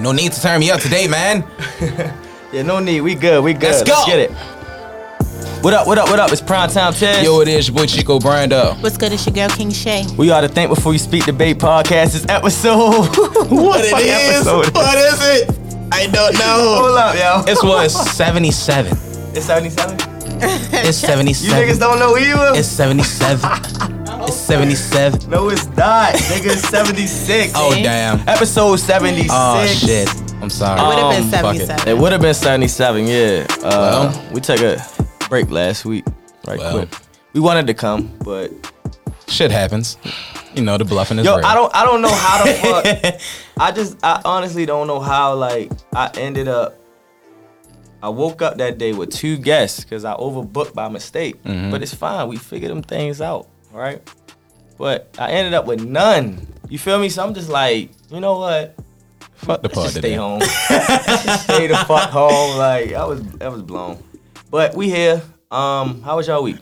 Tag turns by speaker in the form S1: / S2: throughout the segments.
S1: No need to turn me up today, man.
S2: Yeah, no need. We good. We good.
S1: Let's go.
S2: get it. What up? What up? What up? It's Prime Time Test.
S1: Yo, it is your boy Chico Brando.
S3: What's good? It's your girl King Shay.
S2: we ought to think before you speak debate podcast. This episode. what fuck episode?
S1: What is it? I don't
S2: Hold
S1: know.
S2: up, yo.
S1: This was 77.
S2: it's 77.
S1: It's
S2: You
S1: 77.
S2: niggas don't know either.
S1: It's 77. It's 77.
S2: no, it's not. Nigga, it's 76.
S1: Oh,
S3: See?
S1: damn.
S2: Episode 76.
S1: Oh, shit. I'm sorry.
S3: It would have been
S2: Um,
S1: fuck it.
S3: 77.
S2: It would have been 77, yeah. Uh,
S1: Well.
S2: we took a break last week, right
S1: Well.
S2: quick. We wanted to come, but
S1: Shit happens. You know, the bluffing is
S2: yo,
S1: real.
S2: I don't, I don't know how the fuck. I just, I honestly don't know how. Like, I ended up. I woke up that day with two guests because I overbooked by mistake.
S1: Mm-hmm.
S2: But it's fine. We figure them things out, all right? But I ended up with none. You feel me? So I'm just like, you know what?
S1: Fuck the part
S2: Just stay
S1: today.
S2: home. Just stay the fuck home. Like I was, I was blown. But we here. Um, how was y'all week?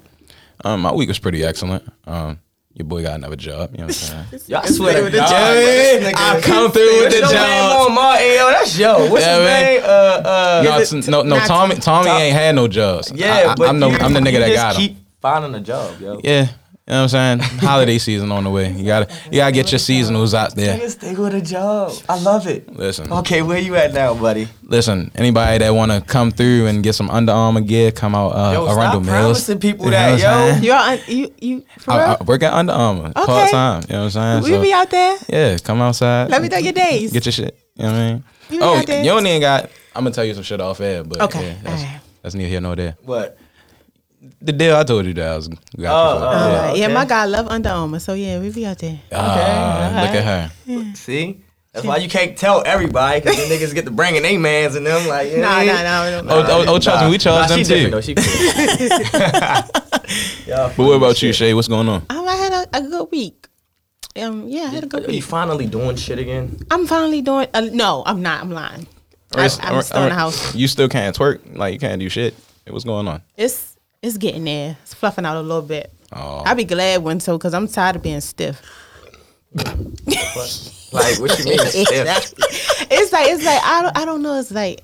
S1: Um, my week was pretty excellent. Um, your boy got another job. You know what I'm saying?
S2: Y'all swear to
S1: the
S2: God,
S1: job.
S2: this nigga-
S1: I come through with
S2: What's
S1: the
S2: your name
S1: job.
S2: on Martin? Yo, that's yo. What's
S1: Yeah,
S2: his
S1: man.
S2: name? Uh, uh,
S1: No,
S2: is it-
S1: it's- no, no.
S3: not-
S1: Tommy, Tommy
S2: Tom-
S1: ain't had no jobs.
S2: yeah,
S1: I,
S2: but
S1: I, I'm, no,
S2: you-
S1: I'm the
S2: you
S1: nigga that
S2: just
S1: got him.
S2: Keep finding a job, yo.
S1: Yeah, you know what I'm saying. Holiday season on the way. You gotta, you gotta get your seasonals out there.
S2: Nigga, stay with a job. I love it.
S1: Listen,
S2: Okay, where you at now, buddy?
S1: listen. Anybody that wanna come through and get some Under Armour gear, come out uh,
S2: Yo,
S1: Arundel
S2: stop
S1: Mills.
S2: promising people
S1: You know
S2: that,
S1: what I'm
S2: yo.
S1: saying?
S3: You're on, you you for
S1: I,
S3: real?
S1: I work at Under Armour part time. You know what I'm
S3: we
S1: saying?
S3: be out there.
S1: So, yeah, come outside.
S3: Let me know your days.
S1: Get your shit. You know what I mean?
S3: You
S1: oh,
S3: got this.
S1: you only ain't got. I'm gonna tell you some shit off air, but
S3: Okay,
S1: yeah, that's,
S3: alright.
S1: that's neither here nor there.
S2: What?
S1: The deal I told you that I was got you for.
S2: Oh,
S3: All
S2: oh.
S1: yeah.
S3: right. Yeah,
S2: okay.
S3: my guy love Under Armour, so yeah, we be out there.
S1: Ah, look at her.
S2: See. That's why you can't tell everybody because the niggas get to bringing they mans and them like you know what I mean?
S3: Nah, nah, nah. nah.
S1: Oh, oh, oh, trust me, we charge them
S2: she different,
S1: too.
S2: though. She cool. Y'all
S1: But what about
S2: funny
S1: you,
S2: shit.
S1: Shay? What's going on?
S3: Um, I had a, a good week. Um, yeah, I had a good
S2: Are you
S3: week.
S2: finally doing shit again?
S3: I'm finally doing. Uh, no, I'm not. I'm lying. I, I'm still
S1: uh,
S3: in the house.
S1: You still can't twerk. Like you can't do shit. What's going on?
S3: It's it's getting there. It's fluffing out a little bit.
S1: Oh.
S3: I'd be glad when so because I'm tired of being stiff.
S2: Like what you mean? stiff?
S3: it's like it's like I don't, I don't know. It's like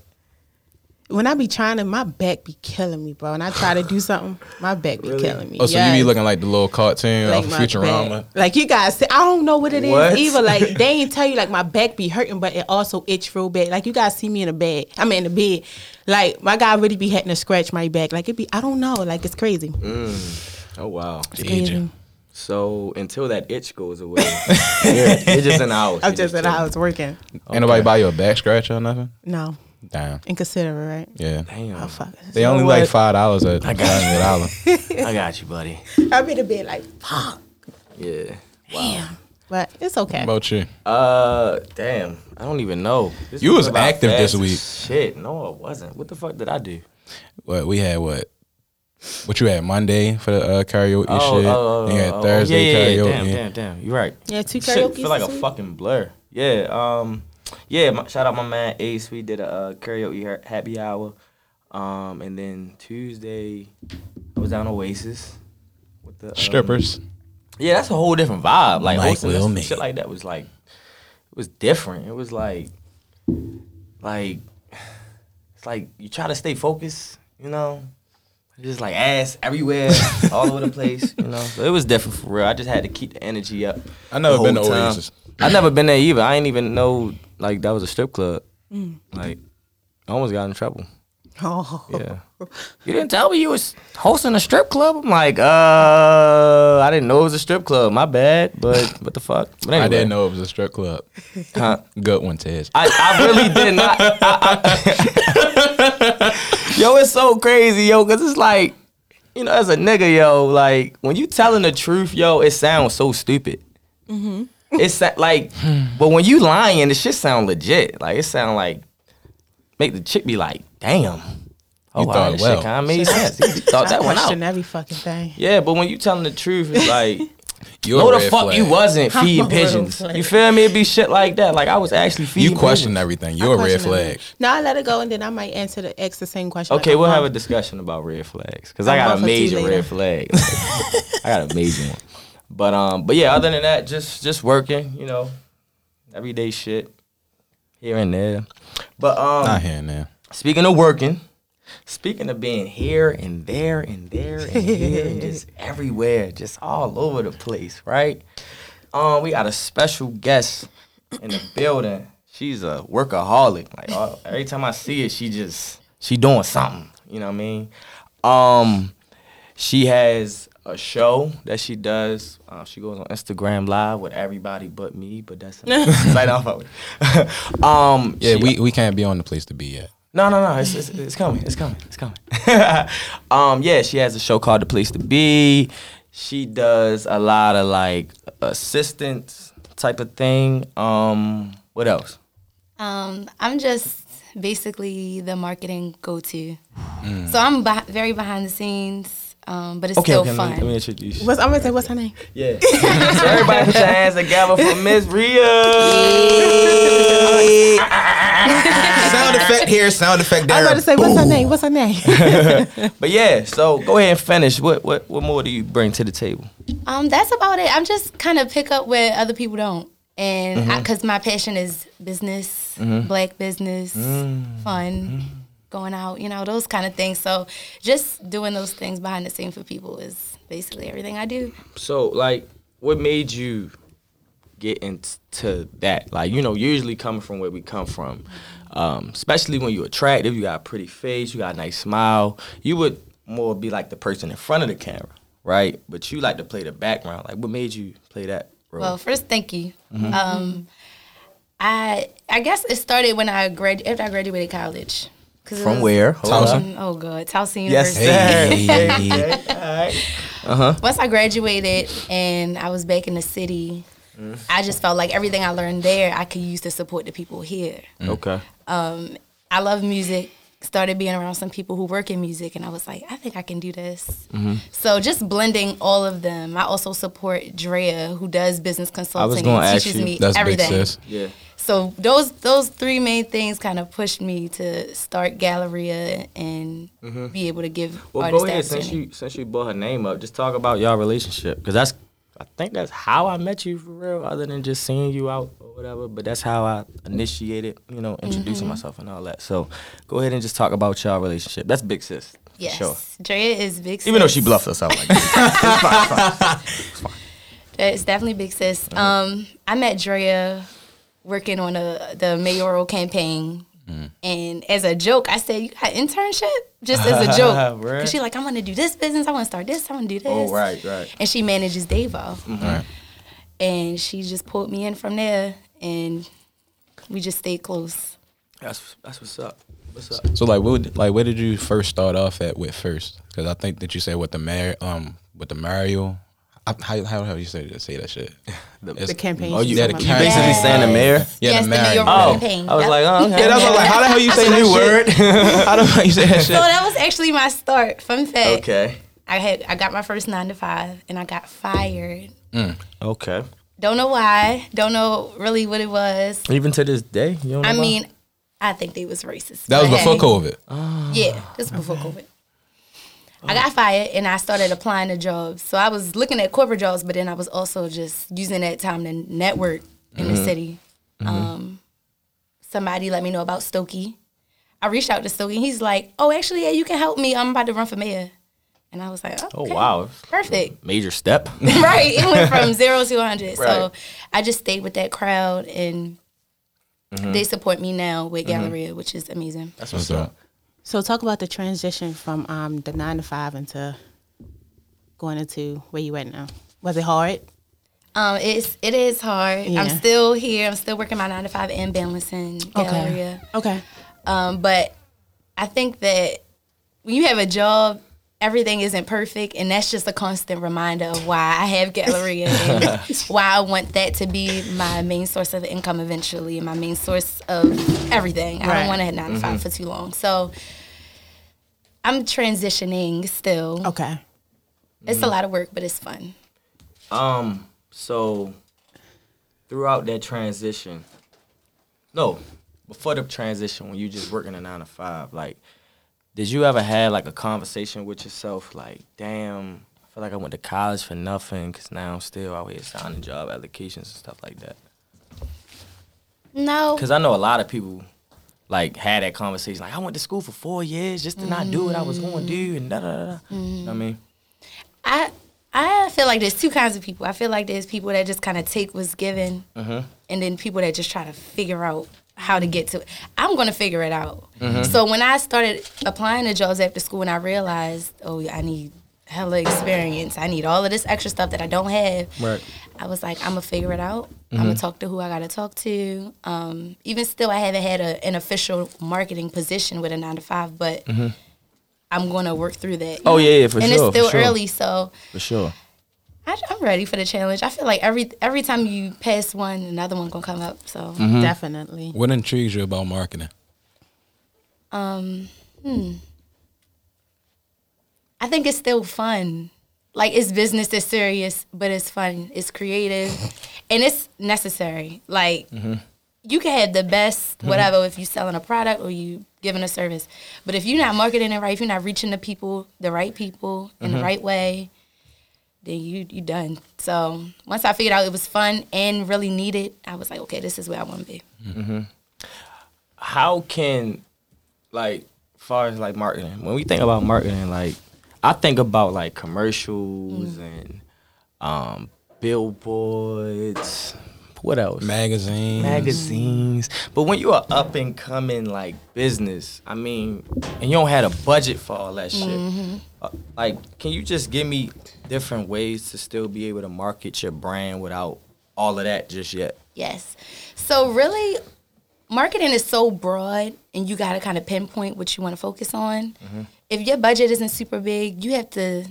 S3: when I be trying to, my back be killing me, bro. And I try to do something, my back be
S2: Really?
S3: killing me.
S1: Oh, so you
S3: Yes.
S1: be looking like the little cartoon
S3: Like
S1: off
S3: my
S1: Futurama.
S3: back. Like you guys, say- I don't know what it is
S2: What?
S3: either. Like they ain't tell you like my back be hurting, but it also itch real bad. Like you guys see me in the bed, I mean in the bed. Like my guy really be having to scratch my back. Like it be, I don't know. Like it's crazy.
S1: Mm-hmm.
S2: Oh wow.
S1: Egypt.
S3: Crazy.
S2: So until that itch goes away, yeah, you're just in the house.
S3: I'm
S2: You
S3: just in the
S2: chilling.
S3: house working.
S1: Ain't nobody buy you a back scratcher or nothing?
S3: No,
S1: Damn.
S3: inconsiderate, right?
S1: Yeah.
S2: Damn,
S3: Oh fuck.
S1: They only like five dollars at I got it.
S2: I got you, buddy.
S3: I be in the bed like fuck.
S2: Yeah.
S3: Damn. But it's okay.
S1: about you?
S2: Uh, damn. I don't even know. This
S1: You was
S2: about
S1: active this
S2: fast as
S1: week.
S2: Shit, no, I wasn't. What the fuck did I do?
S1: What we had what? What you had Monday for the uh, karaoke shit? you had
S2: oh,
S1: Thursday
S2: yeah, yeah,
S1: karaoke.
S2: Damn, damn, damn. You're right.
S3: Yeah, two karaoke.
S2: Shit, feel like a fucking blur. Yeah. Um. Yeah. My, shout out my man Ace. We did a uh, karaoke ha- happy hour. Um. And then Tuesday, I was down Oasis with the um,
S1: Strippers.
S2: Yeah, that's a whole different vibe. Like
S1: Mike
S2: hosting
S1: will
S2: this-
S1: make.
S2: shit like that was like, it was different. It was like, like, it's like you try to stay focused. You know, just like ass everywhere, all over the place. You know, so it was different for real. I just had to keep the energy up.
S1: I never
S2: the
S1: been to
S2: whole time.
S1: Oasis.
S2: I never been there either. I ain't even know like that was a strip club. Like, I almost got in trouble.
S3: Oh.
S2: Yeah. You didn't tell me you was hosting a strip club. I'm like, uh, I didn't know it was a strip club. My bad, but what the fuck? But anyway,
S1: I didn't know it was a strip club.
S2: Huh.
S1: Good one, Tez.
S2: I, I really did not. I, I- yo, it's so crazy, yo, because it's like, you know, as a nigga, yo, like when you telling the truth, yo, it sounds so stupid.
S3: Mm-hmm.
S2: It's sa- like, but when you lying, the shit sound legit. Like it sound like make the chick be like, damn. Oh,
S1: You
S2: wow,
S1: thought
S2: this
S1: well.
S2: shit kind of made sense. You thought that one out.
S3: question every fucking thing.
S2: Yeah, but when you telling the truth, it's like,
S1: You a
S2: no, the
S1: red
S2: fuck
S1: flag.
S2: you wasn't
S3: I'm
S2: feeding
S3: a
S2: pigeons.
S3: red
S2: You feel me? It'd be shit like that. Like I was actually feeding.
S1: You question
S2: pigeons.
S1: everything. You a red
S3: Question
S1: flag.
S3: number- No, I let it go, and then I might answer the ex the same question.
S2: Okay,
S3: like,
S2: we'll
S3: oh,
S2: have a
S3: mom,
S2: discussion about red flags because
S3: I'm
S2: I got
S3: off
S2: a
S3: with you
S2: major
S3: later.
S2: red flag. I got a major one. But um, but yeah, other than that, just just working. You know, everyday shit. here and there. But um,
S1: Not here and there.
S2: Speaking of working, speaking of being here and there and there and here and just everywhere, just all over the place, right? Um, we got a special guest in the building. She's a workaholic. Like all, every time I see it, she just she doing something. You know what I mean? Um, she has a show that she does. Uh, she goes on Instagram Live with everybody but me. But that's like I'm fucking with it. um,
S1: Yeah,
S2: she-
S1: we, we can't be on the place to be yet.
S2: no, no, no. It's, it's, it's coming. It's coming. It's coming. um, yeah, she has a show called The Place to Be. She does a lot of like assistance type of thing. Um, what else?
S4: Um, I'm just basically the marketing go-to.
S2: Hmm.
S4: So I'm beh- very behind the scenes, um, but it's still
S2: let
S4: fun.
S2: me- let me introduce. you.
S3: What's, I'm gonna say, what's her name?
S2: Yeah. so everybody put your hands together for Miss Rhea.
S1: sound effect here, sound effect
S3: I was about to say, what's her name? What's her name?
S2: But yeah, so go ahead and finish. What what what more do you bring to the table?
S4: Um, that's about it. I'm just kind of pick up where other people don't, and
S2: Mm-hmm.
S4: because my passion is business, black business,
S2: Mm-hmm.
S4: fun, going out, you know, those kind of things. So just doing those things behind the scene for people is basically everything I do.
S2: So, like, what made you get into that? Like, you know, usually coming from where we come from, um, especially when you're attractive, you got a pretty face, you got a nice smile, you would more be like the person in front of the camera, right? But you like to play the background. Like, what made you play that role?
S4: Well, first, thank you.
S2: Mm-hmm.
S4: Um, I I guess it started when I grad after I graduated college. 'Cause it
S2: from
S4: was-
S2: where? Hold
S1: Towson.
S2: up.
S4: Um, oh God, Towson
S2: Yes,
S4: University.
S2: sir.
S1: Hey.
S4: Once I graduated and I was back in the city,
S2: Mm.
S4: I just felt like everything I learned there I could use to support the people here.
S2: Okay.
S4: I love music. Started being around some people who work in music, and I was like, I think I can do this.
S2: Mm-hmm.
S4: So just blending all of them. I also support Drea, who does business consulting
S2: gonna
S4: and
S2: ask
S4: teaches
S2: you.
S4: me
S1: That's big,
S4: everything.
S1: sis.
S2: Yeah.
S4: so those those three main things kind of pushed me to start Galleria and be able to give
S2: Mm-hmm. Well, go
S4: artists
S2: ahead
S4: that
S2: since
S4: opportunity.
S2: you since you brought her name up, just talk about y'all relationship because that's I think that's how I met you for real, other than just seeing you out or whatever. But that's how I initiated, you know, introducing myself and all that. So go ahead and just talk about y'all relationship. That's big sis, for
S4: yes,
S2: sure.
S4: Drea is big.
S2: Even though
S4: sis.
S2: she bluffed us out like that.
S4: it's definitely big sis. Um, I met Drea working on a, the mayoral campaign.
S2: Mm.
S4: And as a joke, I said, "You got internship?" Just as a joke,
S2: Right.
S4: because she like, "I want to do this business. I want to start this. I want to do this."
S2: Oh, right, right. Mm-hmm.
S4: And she manages Devo,
S1: Alright.
S4: and she just pulled me in from there, and we just stayed close.
S2: That's that's what's up. What's up?
S1: So like, what, like, where did you first start off at with first? Because I think that you said with the Mar, um, with the Mario. I, how how how you say that, say that shit? It's-
S3: The campaign.
S1: Oh, you
S3: she's
S1: yeah, the
S3: talking about.
S1: campaign.
S2: Basically saying the mayor.
S1: Yeah,
S4: yes,
S1: the
S4: the
S1: Mario.
S4: mayoral
S1: Oh,
S4: campaign.
S2: I was
S4: Yep.
S2: like, oh, okay.
S1: Yeah, that's what I'm like. How the hell you say
S2: That's a
S1: new
S2: new
S1: word? how the hell you say that shit?
S4: so that was actually my start. Fun fact:
S2: Okay.
S4: I had I got my first nine to five, and I got fired.
S2: Okay.
S4: Don't know why. Don't know really what it was.
S2: Even to this day, you don't know
S4: I
S2: why?
S4: mean, I think they was racist.
S1: That was
S4: but
S1: before
S4: hey.
S1: COVID.
S4: Yeah, this was before COVID. I got fired and I started applying to jobs. So I was looking at corporate jobs, but then I was also just using that time to network in
S1: Mm-hmm.
S4: the city. Um, somebody let me know about Stokey. I reached out to Stokey. and He's like, "Oh, actually, yeah, you can help me. I'm about to run for mayor." And I was like,
S2: Oh
S4: "Okay,
S2: wow.
S4: perfect."
S2: Major step.
S4: right. It went from zero to 100.
S2: Right.
S4: So I just stayed with that crowd and they support me now with Galleria, which is amazing.
S2: Mm-hmm. That's
S1: What's up?
S3: So talk about the transition from um, the nine to five into going into where you at now. Was it hard?
S4: Um, it's, it is hard. I'm
S3: Yeah.
S4: still here. I'm still working my nine to five and balancing Galleria.
S3: Okay.
S4: Um, but I think that when you have a job, everything isn't perfect. And that's just a constant reminder of why I have Galleria and why I want that to be my main source of income eventually and my main source of everything. I
S3: Right.
S4: don't want to hit 9 to 5 for too long. So I'm transitioning still.
S3: Okay.
S4: It's a lot of work, but it's fun.
S2: Um, so throughout that transition, no, before the transition, when you just working a nine to five, like, did you ever have like a conversation with yourself, like, damn, I feel like I went to college for nothing, cause now I'm still out here signing job applications and stuff like that.
S4: No.
S2: Because I know a lot of people like had that conversation. Like, I went to school for four years just to not do what I was going to do, and da da da. da. You know what I mean?
S4: I I feel like there's two kinds of people. I feel like there's people that just kind of take what's given,
S2: Uh-huh.
S4: and then people that just try to figure out how to get to it. I'm gonna figure it out.
S2: Uh-huh.
S4: So when I started applying to jobs after school, and I realized, oh, I need hella experience. I need all of this extra stuff that I don't have.
S2: Right. Mm-hmm.
S4: I was like, I'm gonna figure it out. I'm gonna talk to who I gotta talk to. Um, even still, I haven't had a, an official marketing position with a nine to five, but I'm gonna work through that.
S2: Mm-hmm. Oh, yeah, yeah, for
S4: and
S2: sure, for
S4: it's still
S2: sure.
S4: early, so
S2: For sure.
S4: I, am ready for the challenge. I feel like every every time you pass one, another one gonna come up. So
S3: Mm-hmm.
S2: Mm-hmm.
S3: Definitely.
S1: What intrigues you about marketing?
S4: I think it's still fun. Like it's business that's serious, but it's fun. It's creative, and it's necessary. Like you can have the best whatever if you're selling a product or you giving a service, but if you're not marketing it right, if you're not reaching the people, the right people in the right way, then you you done. So once I figured out it was fun and really needed, I was like, okay, this is where I want to be.
S2: how can like far as like marketing when we think about marketing like i think about like commercials and um billboards what else
S1: Magazine.
S2: magazines but when you are up and coming like business i mean and you don't have a budget for all that shit uh, like can you just give me different ways to still be able to market your brand without all of that just yet
S4: Yes. So really, marketing is so broad, and you got to kind of pinpoint what you want to focus on. If your budget isn't super big, you have to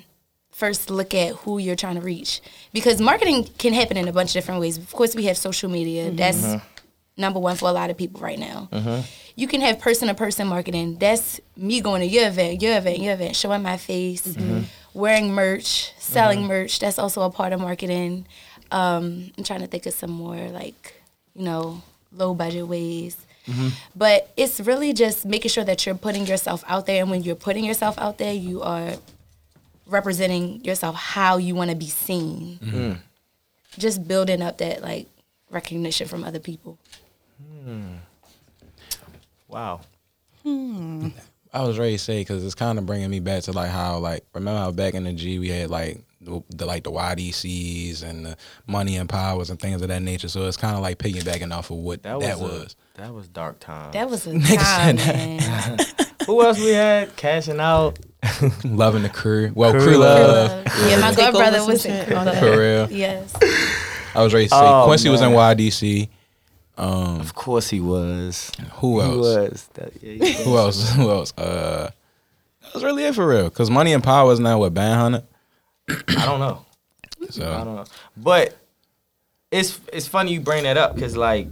S4: first look at who you're trying to reach because marketing can happen in a bunch of different ways. Of course, we have social media. That's number one for a lot of people right now. You can have person to person marketing. That's me going to your event, your event, your event, showing my face, wearing merch, selling merch. That's also a part of marketing. Um, I'm trying to think of some more like, you know, low budget ways. But it's really just making sure that you're putting yourself out there. And when you're putting yourself out there, you are representing yourself how you want to be seen. Just building up that like recognition from other people.
S2: wow
S1: I was ready to say because it's kind of bringing me back to like how like remember how back in the G we had like the, the like the YDCs and the money and powers and things of that nature. So it's kind of like piggybacking off of what that was.
S2: a- that was dark time
S4: That was a time, man.
S2: Who else we had cashing out?
S1: Loving the crew. Well, crew,
S2: Crew
S1: love.
S4: yeah, my
S3: Take
S4: godbrother
S3: over
S4: was
S3: some
S4: in
S3: shit.
S4: Cuba.
S1: For real.
S4: Yes.
S1: I was ready to say
S2: Oh,
S1: Quincy was in
S2: man.
S1: YDC.
S2: Of course he was.
S1: Who
S2: He
S1: else?
S2: was. That- yeah, he
S1: Who else? Who else? Uh, that was really it for real. Cause money and power is now what band hunter.
S2: was. I don't know. I
S1: So
S2: don't know. But it's it's funny you bring that up because like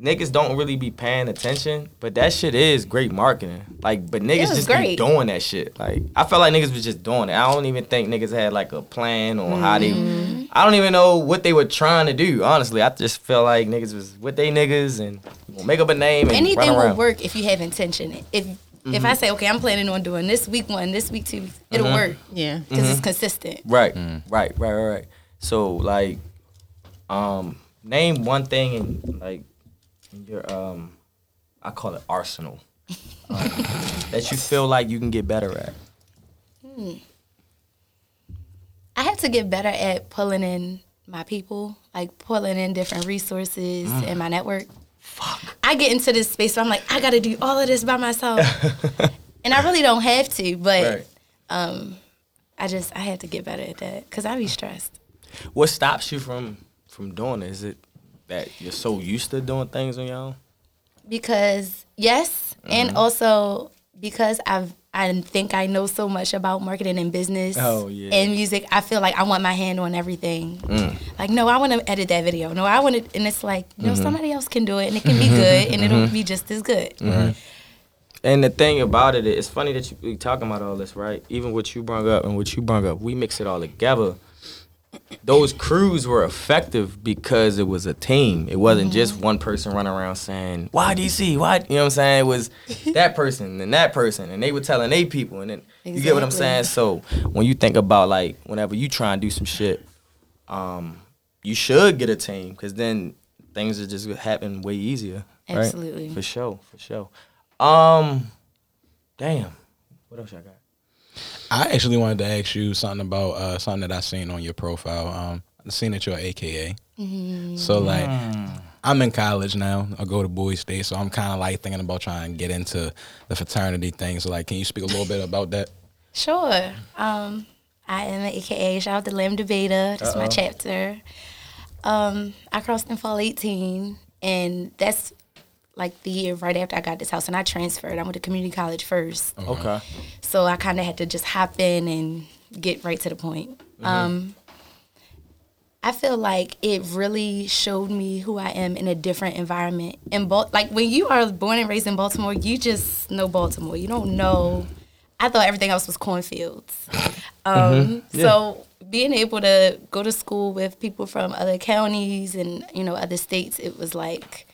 S2: niggas don't really be paying attention, but that shit is great marketing. Like, but niggas
S4: was
S2: just be
S4: great.
S2: doing that shit. Like, I felt like niggas was just doing it. I don't even think niggas had like a plan on how they.
S4: Mm-hmm.
S2: I don't even know what they were trying to do. Honestly, I just felt like niggas was with they niggas and make up a name and
S4: Anything
S2: run
S4: will
S2: around.
S4: work if you have intention. If if I say, okay, I'm planning on doing this week one, this week two, it'll work
S3: Yeah.
S4: because it's consistent.
S2: Right, right, right, right, right. So like, um, name one thing in like in your um, I call it arsenal um, that you feel like you can get better at.
S4: I have to get better at pulling in my people, like pulling in different resources in my network. Fuck. I get into this space where I'm like, I gotta do all of this by myself. and I really don't have to, but I just, I have to get better at that because I be stressed.
S2: What stops you from from doing it? Is it that you're so used to doing things on your own?
S4: Because, yes,
S2: Mm-hmm.
S4: and also because I've, I think I know so much about marketing and business
S2: Oh, yeah. Mm.
S4: and music. I feel like I want my hand on everything. Like, no, I want to edit that video. No, I want to, and it's like, no,
S2: Mm-hmm.
S4: somebody else can do it, and it can be good, and it'll be just as good.
S2: Mm-hmm. And the thing about it, it's funny that you we talking about all this, right? Even what you brung up and what you brung up, we mix it all together. Those crews were effective because it was a team. It wasn't just one person running around saying, "Why DC? Why?" You know what I'm saying? It was that person and that person, and they were telling they people, and then you get what I'm saying. So when you think about like whenever you try and do some shit, um, you should get a team because then things that just happen way easier. right?
S4: Absolutely.
S2: Mm-hmm. For sure, for sure. Um, damn. What else I got?
S1: I actually wanted to ask you something about uh, something that I seen on your profile. Um, I seen that you're AKA. So like, I'm in college now. I go to Bowie State, so I'm kind of like thinking about trying to get into the fraternity thing. So like, can you speak a little bit about that?
S4: Sure. Um, I am an AKA. Shout out to Lambda Beta. That's my chapter. Um, I crossed in fall 18, and that's like the year right after I got this house, and I transferred. I went to community college first.
S2: Okay.
S4: So I kind of had to just hop in and get right to the point. Um, I feel like it really showed me who I am in a different environment. And Bal- like when you are born and raised in Baltimore, you just know Baltimore. You don't know. I thought everything else was cornfields. Um, So being able to go to school with people from other counties and you know other states, it was like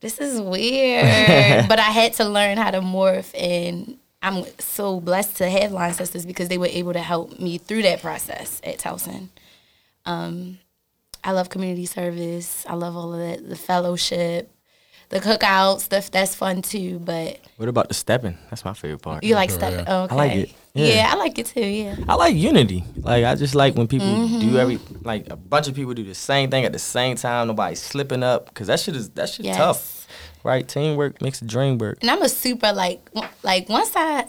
S4: this is weird. but I had to learn how to morph, and I'm so blessed to have Line Sisters because they were able to help me through that process at Towson. Um, I love community service. I love all of that, the fellowship, the cookouts, stuff that's fun too. But
S2: What about the stepping? That's my favorite part.
S4: you like stuff. Okay.
S2: I like it.
S4: Yeah.
S2: Yeah.
S4: I like it too. Yeah.
S2: I like unity. Like I just like when people do every like a bunch of people do the same thing at the same time. Nobody's slipping up because that shit is that shit
S4: Yes.
S2: tough, right? Teamwork makes the dream work.
S4: And I'm a super like w- like once I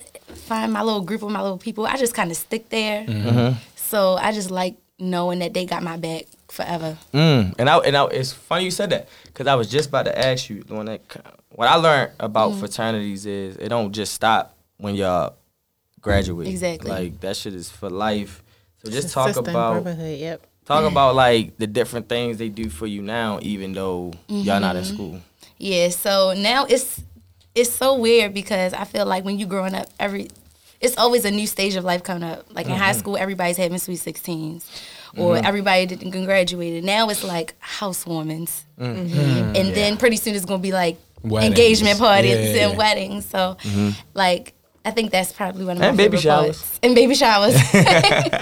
S4: find my little group of my little people, I just kind of stick there.
S2: Mm-hmm.
S4: So I just like knowing that they got my back forever.
S2: Mm. And I and I, it's funny you said that because I was just about to ask you when it, what I learned about
S4: Mm.
S2: fraternities is it don't just stop when y'all graduate.
S4: Exactly.
S2: Like that shit is for life. So just
S3: It's
S2: talk
S3: system,
S2: about
S3: brotherhood, Yep.
S2: talk about like the different things they do for you now, even though y'all not in
S4: Mm-hmm.
S2: school.
S4: Yeah, so now it's it's so weird because I feel like when you growing up, every it's always a new stage of life coming up. Like in high
S1: Mm-hmm.
S4: school, everybody's having sweet sixteens, or everybody didn't graduated. Now it's like housewarmings, and then pretty soon it's gonna be like
S1: Mm-hmm. Weddings.
S4: engagement parties
S1: Yeah. Mm-hmm.
S4: and weddings. So, like. I think that's probably one of my
S2: And baby
S4: favorite
S2: showers.
S4: parts. And baby showers.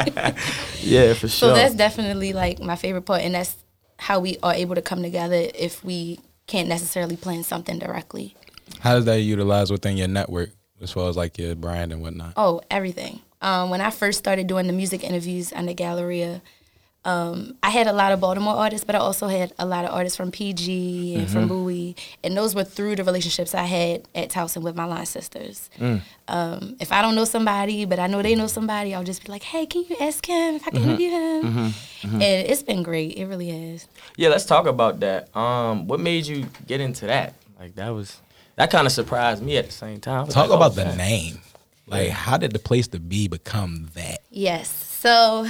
S2: Yeah, for
S4: So
S2: sure.
S4: that's definitely like my favorite part, and that's how we are able to come together if we can't necessarily plan something directly.
S1: How does that utilize within your network as far as like your brand and whatnot?
S4: Oh, everything. Um, when I first started doing the music interviews on the Galleria, um, I had a lot of Baltimore artists, but I also had a lot of artists from PG and from Bowie, and those were through the relationships I had at Towson with my line sisters. Um, if I don't know somebody, but I know they know somebody, I'll just be like, "Hey, can you ask him if I can interview him?" And it's been great. It really has.
S2: Yeah, let's talk about that. Um, what made you get into that? Like that was that kind of surprised me at the same time. I was
S1: Talk
S2: like,
S1: about
S2: oh,
S1: the
S2: man.
S1: name. Like, how did the place to be become that?
S4: Yes. So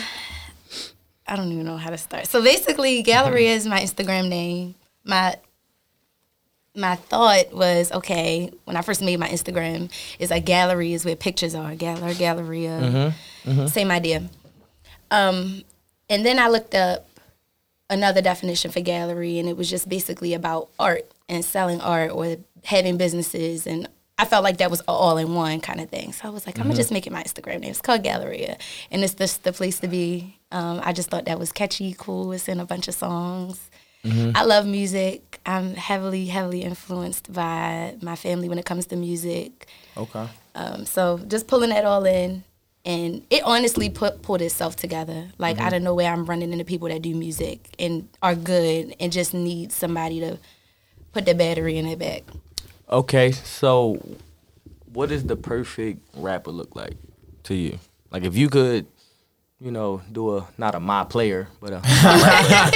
S4: I don't even know how to start. So basically, Galleria is my Instagram name. My my thought was okay when I first made my Instagram is like gallery is where pictures are. Gallery, Galleria. Same idea. Um, and then I looked up another definition for gallery, and it was just basically about art and selling art or having businesses. And I felt like that was all in one kind of thing. So I was like, I'm gonna just make it my Instagram name. It's called Galleria, and it's just the place to be. Um, I just thought that was catchy, cool. It's in a bunch of songs. I love music. I'm heavily, heavily influenced by my family when it comes to music.
S2: Okay.
S4: Um, so just pulling that all in, and it honestly put pulled itself together. Like
S2: Mm-hmm.
S4: I don't know where I'm running into people that do music and are good and just need somebody to put the battery in their back.
S2: Okay, so what does the perfect rapper look like to you? Like if you could, you know, do a not a my player, but a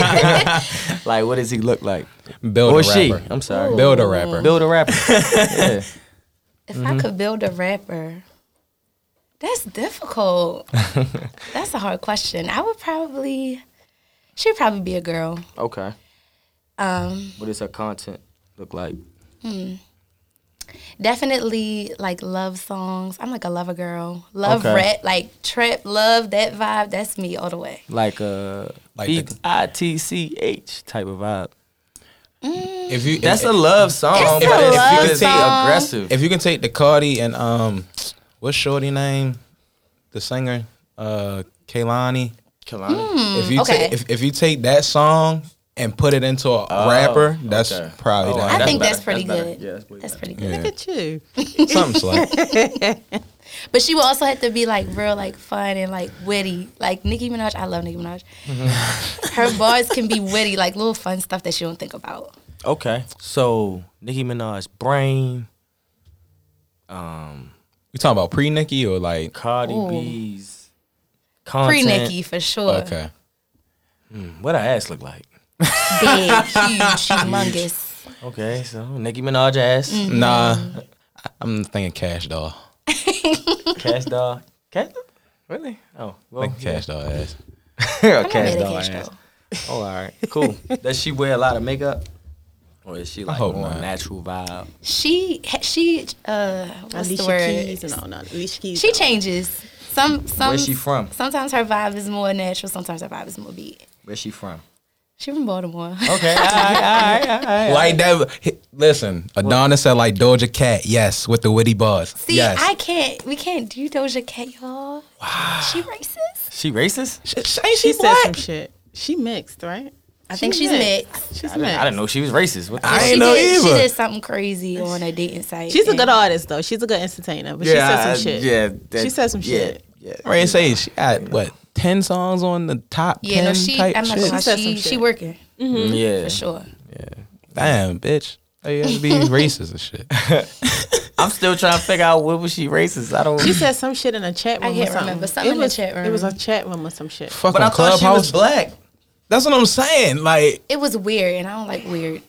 S2: like what does he look like?
S1: Build
S2: or
S1: a
S2: she?
S1: rapper.
S2: I'm sorry.
S1: Build a rapper.
S2: Build a rapper. yeah.
S4: If
S2: Mm-hmm.
S4: I could build a rapper, that's difficult. that's a hard question. I would probably, she'd probably be a girl.
S2: Okay.
S4: Um,
S2: What does her content look like?
S4: Definitely like love songs. I'm like a lover girl. Love
S2: Okay.
S4: rap, like trap, love that vibe. That's me all the way.
S2: Like a
S1: Like
S2: B
S1: the-
S2: I T C H type of vibe.
S1: If you
S2: That's
S1: if,
S2: a love song,
S4: It's
S2: but
S4: a
S2: it's
S4: love
S2: because it's
S4: song.
S2: aggressive.
S1: if you can take the Cardi and um, what's Shorty name, the singer, uh, Kaylani.
S2: Kalani.
S1: if you
S4: Mm, okay.
S1: take if, if you take that song and put it into a rapper, that's
S2: Oh, okay.
S1: probably
S2: Oh,
S1: that.
S2: I
S4: I think
S2: better.
S4: that's pretty
S2: That's better.
S4: good.
S2: Yeah, that's way
S4: that's
S2: better.
S4: pretty good.
S1: Yeah.
S3: Look at you.
S1: Something like
S4: But she will also have to be like real, like fun and like witty. Like Nicki Minaj, I love Nicki Minaj.
S2: Mm-hmm.
S4: Her bars can be witty, like little fun stuff that she don't think about.
S2: Okay. So Nicki Minaj, Brain,
S1: you talking about pre Nicki or like
S2: Cardi
S4: Ooh.
S2: B's, content.
S4: Pre Nicki for sure.
S1: okay.
S2: What her ass look like?
S4: Big, huge, humongous.
S2: Okay, so Nicki Minaj ass,
S3: Mm.
S1: Nah, I- I'm thinking Cash Doll.
S2: Cash Doll, Cash. Doll? Really? Oh, well,
S1: Like Cash Doll ass.
S2: yeah.
S4: I'm
S2: Cash
S4: not
S2: Doll
S4: cash
S2: ass.
S4: though.
S2: Oh, all right, cool. Does she wear a lot of makeup, or is she like
S1: hope
S2: more
S1: not.
S2: natural vibe?
S4: She she uh what's
S3: Alicia
S4: the word?
S3: Keys and all that. Alicia Keys.
S4: She changes. Some some
S2: Where's she from?
S4: Sometimes her vibe is more natural, sometimes her vibe is more beat.
S2: Where's she from?
S4: She from Baltimore.
S2: Okay, all right, all right, all right.
S1: Like that. hi- Listen, Adonis said like Doja Cat. Yes, with the witty buzz.
S4: See,
S1: yes.
S4: I can't we can't do Doja Cat, y'all. Wow. She racist?
S2: She racist?
S1: Sh- sh- ain't
S3: She
S1: she
S3: said
S1: black?
S3: some shit. She mixed, right?
S4: I think she's mixed.
S3: She's
S2: I didn't,
S3: mixed.
S2: I didn't know she was racist. What the
S1: I
S4: She
S1: ain't know
S4: did,
S1: either.
S4: She did something crazy on a dating site.
S3: She's a good
S4: and-
S3: artist though. She's a good entertainer, but she said some shit.
S2: Yeah,
S3: She said some
S2: yeah,
S3: shit.
S2: Yeah,
S1: I mean, say she got what ten songs on the top
S4: Yeah,
S1: ten
S4: no, she.
S1: type
S4: I'm not
S1: shit.
S4: gonna lie,
S3: She said
S4: she,
S3: some
S4: she
S3: shit.
S4: working
S3: Mm-hmm.
S2: yeah.
S4: for sure.
S1: Damn, bitch. You gotta be racist and shit.
S2: I'm still trying to figure out what was she racist. I don't.
S3: She said some shit in a chat room.
S4: I can't
S3: or something.
S4: remember. Something
S3: it
S4: in the
S3: was,
S4: chat room.
S3: It was a chat room or some shit.
S1: Fucking
S2: but I thought she
S1: clubhouse.
S2: was black.
S1: That's what I'm saying. Like,
S4: It was weird, and I don't like weird.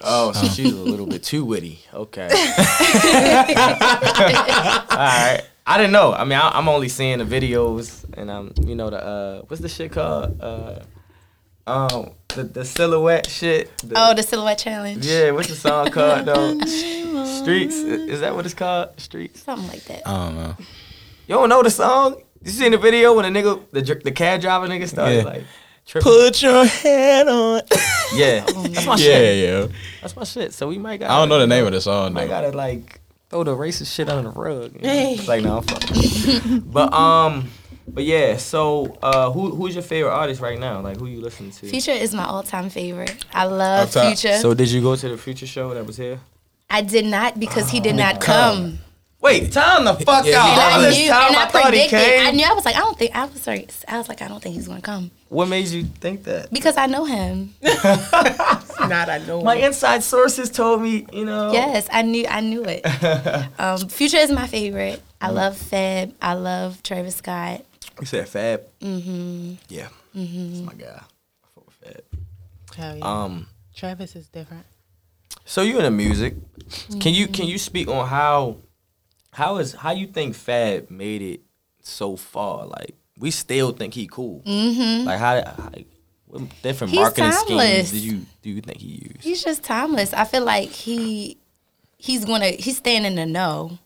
S2: Oh, so she's a little bit too witty. Okay. All right. I didn't know. I mean, I, I'm only seeing the videos, and I'm, you know, the uh, what's the shit called? Uh, um, the, the silhouette shit. The,
S4: Oh, the silhouette challenge.
S2: yeah. What's the song called though? Streets. Is that what it's called? Streets.
S4: Something like that.
S1: I don't know.
S2: You don't know the song? You seen the video when the nigga, the dr- the cab driver nigga started
S1: Yeah.
S2: like. Tripping.
S1: Put your head on.
S2: Yeah, that's my
S1: yeah,
S2: shit.
S1: yeah.
S2: That's my shit. So we might got.
S1: Oh, I don't know the name of the song
S2: I
S1: though.
S2: gotta like throw the racist shit under the rug. you know?
S3: Hey.
S2: It's like, no, I'm fucking. but um, but yeah. So uh, who who's your favorite artist right now? Like, who you listen to?
S4: Future is my all-time favorite. I love
S1: Up top.
S4: Future.
S2: So did you go to the Future show that was here?
S4: I did not because he did not come.
S2: Wait, time the fuck
S1: Yeah.
S2: out!
S1: And
S2: All
S1: I
S2: Oh, this time I, thought he
S4: predicted. I
S2: came.
S4: knew. I was like, I don't think. I was sorry. I was like, I don't think he's gonna come
S2: What made you think that?
S4: because I know him.
S3: Not I know.
S2: My inside sources told me, you know.
S4: Yes, I knew. I knew it. um, Future is my favorite.
S2: Mm.
S4: I love Fab. I love Travis Scott.
S2: You said Fab. Mm-hmm. Yeah. Mm-hmm. That's my guy. I fuck with Fab.
S3: Hell yeah.
S2: Um.
S3: Travis is different.
S2: So you into music? Can you
S4: Mm-hmm.
S2: can you speak on how how is how you think Fab made it so far? Like we still think he cool. Mm-hmm. Like how, how what different
S4: He's
S2: marketing
S4: timeless.
S2: schemes do you do you think he used?
S4: He's just timeless. I feel like he he's gonna he's staying in the know.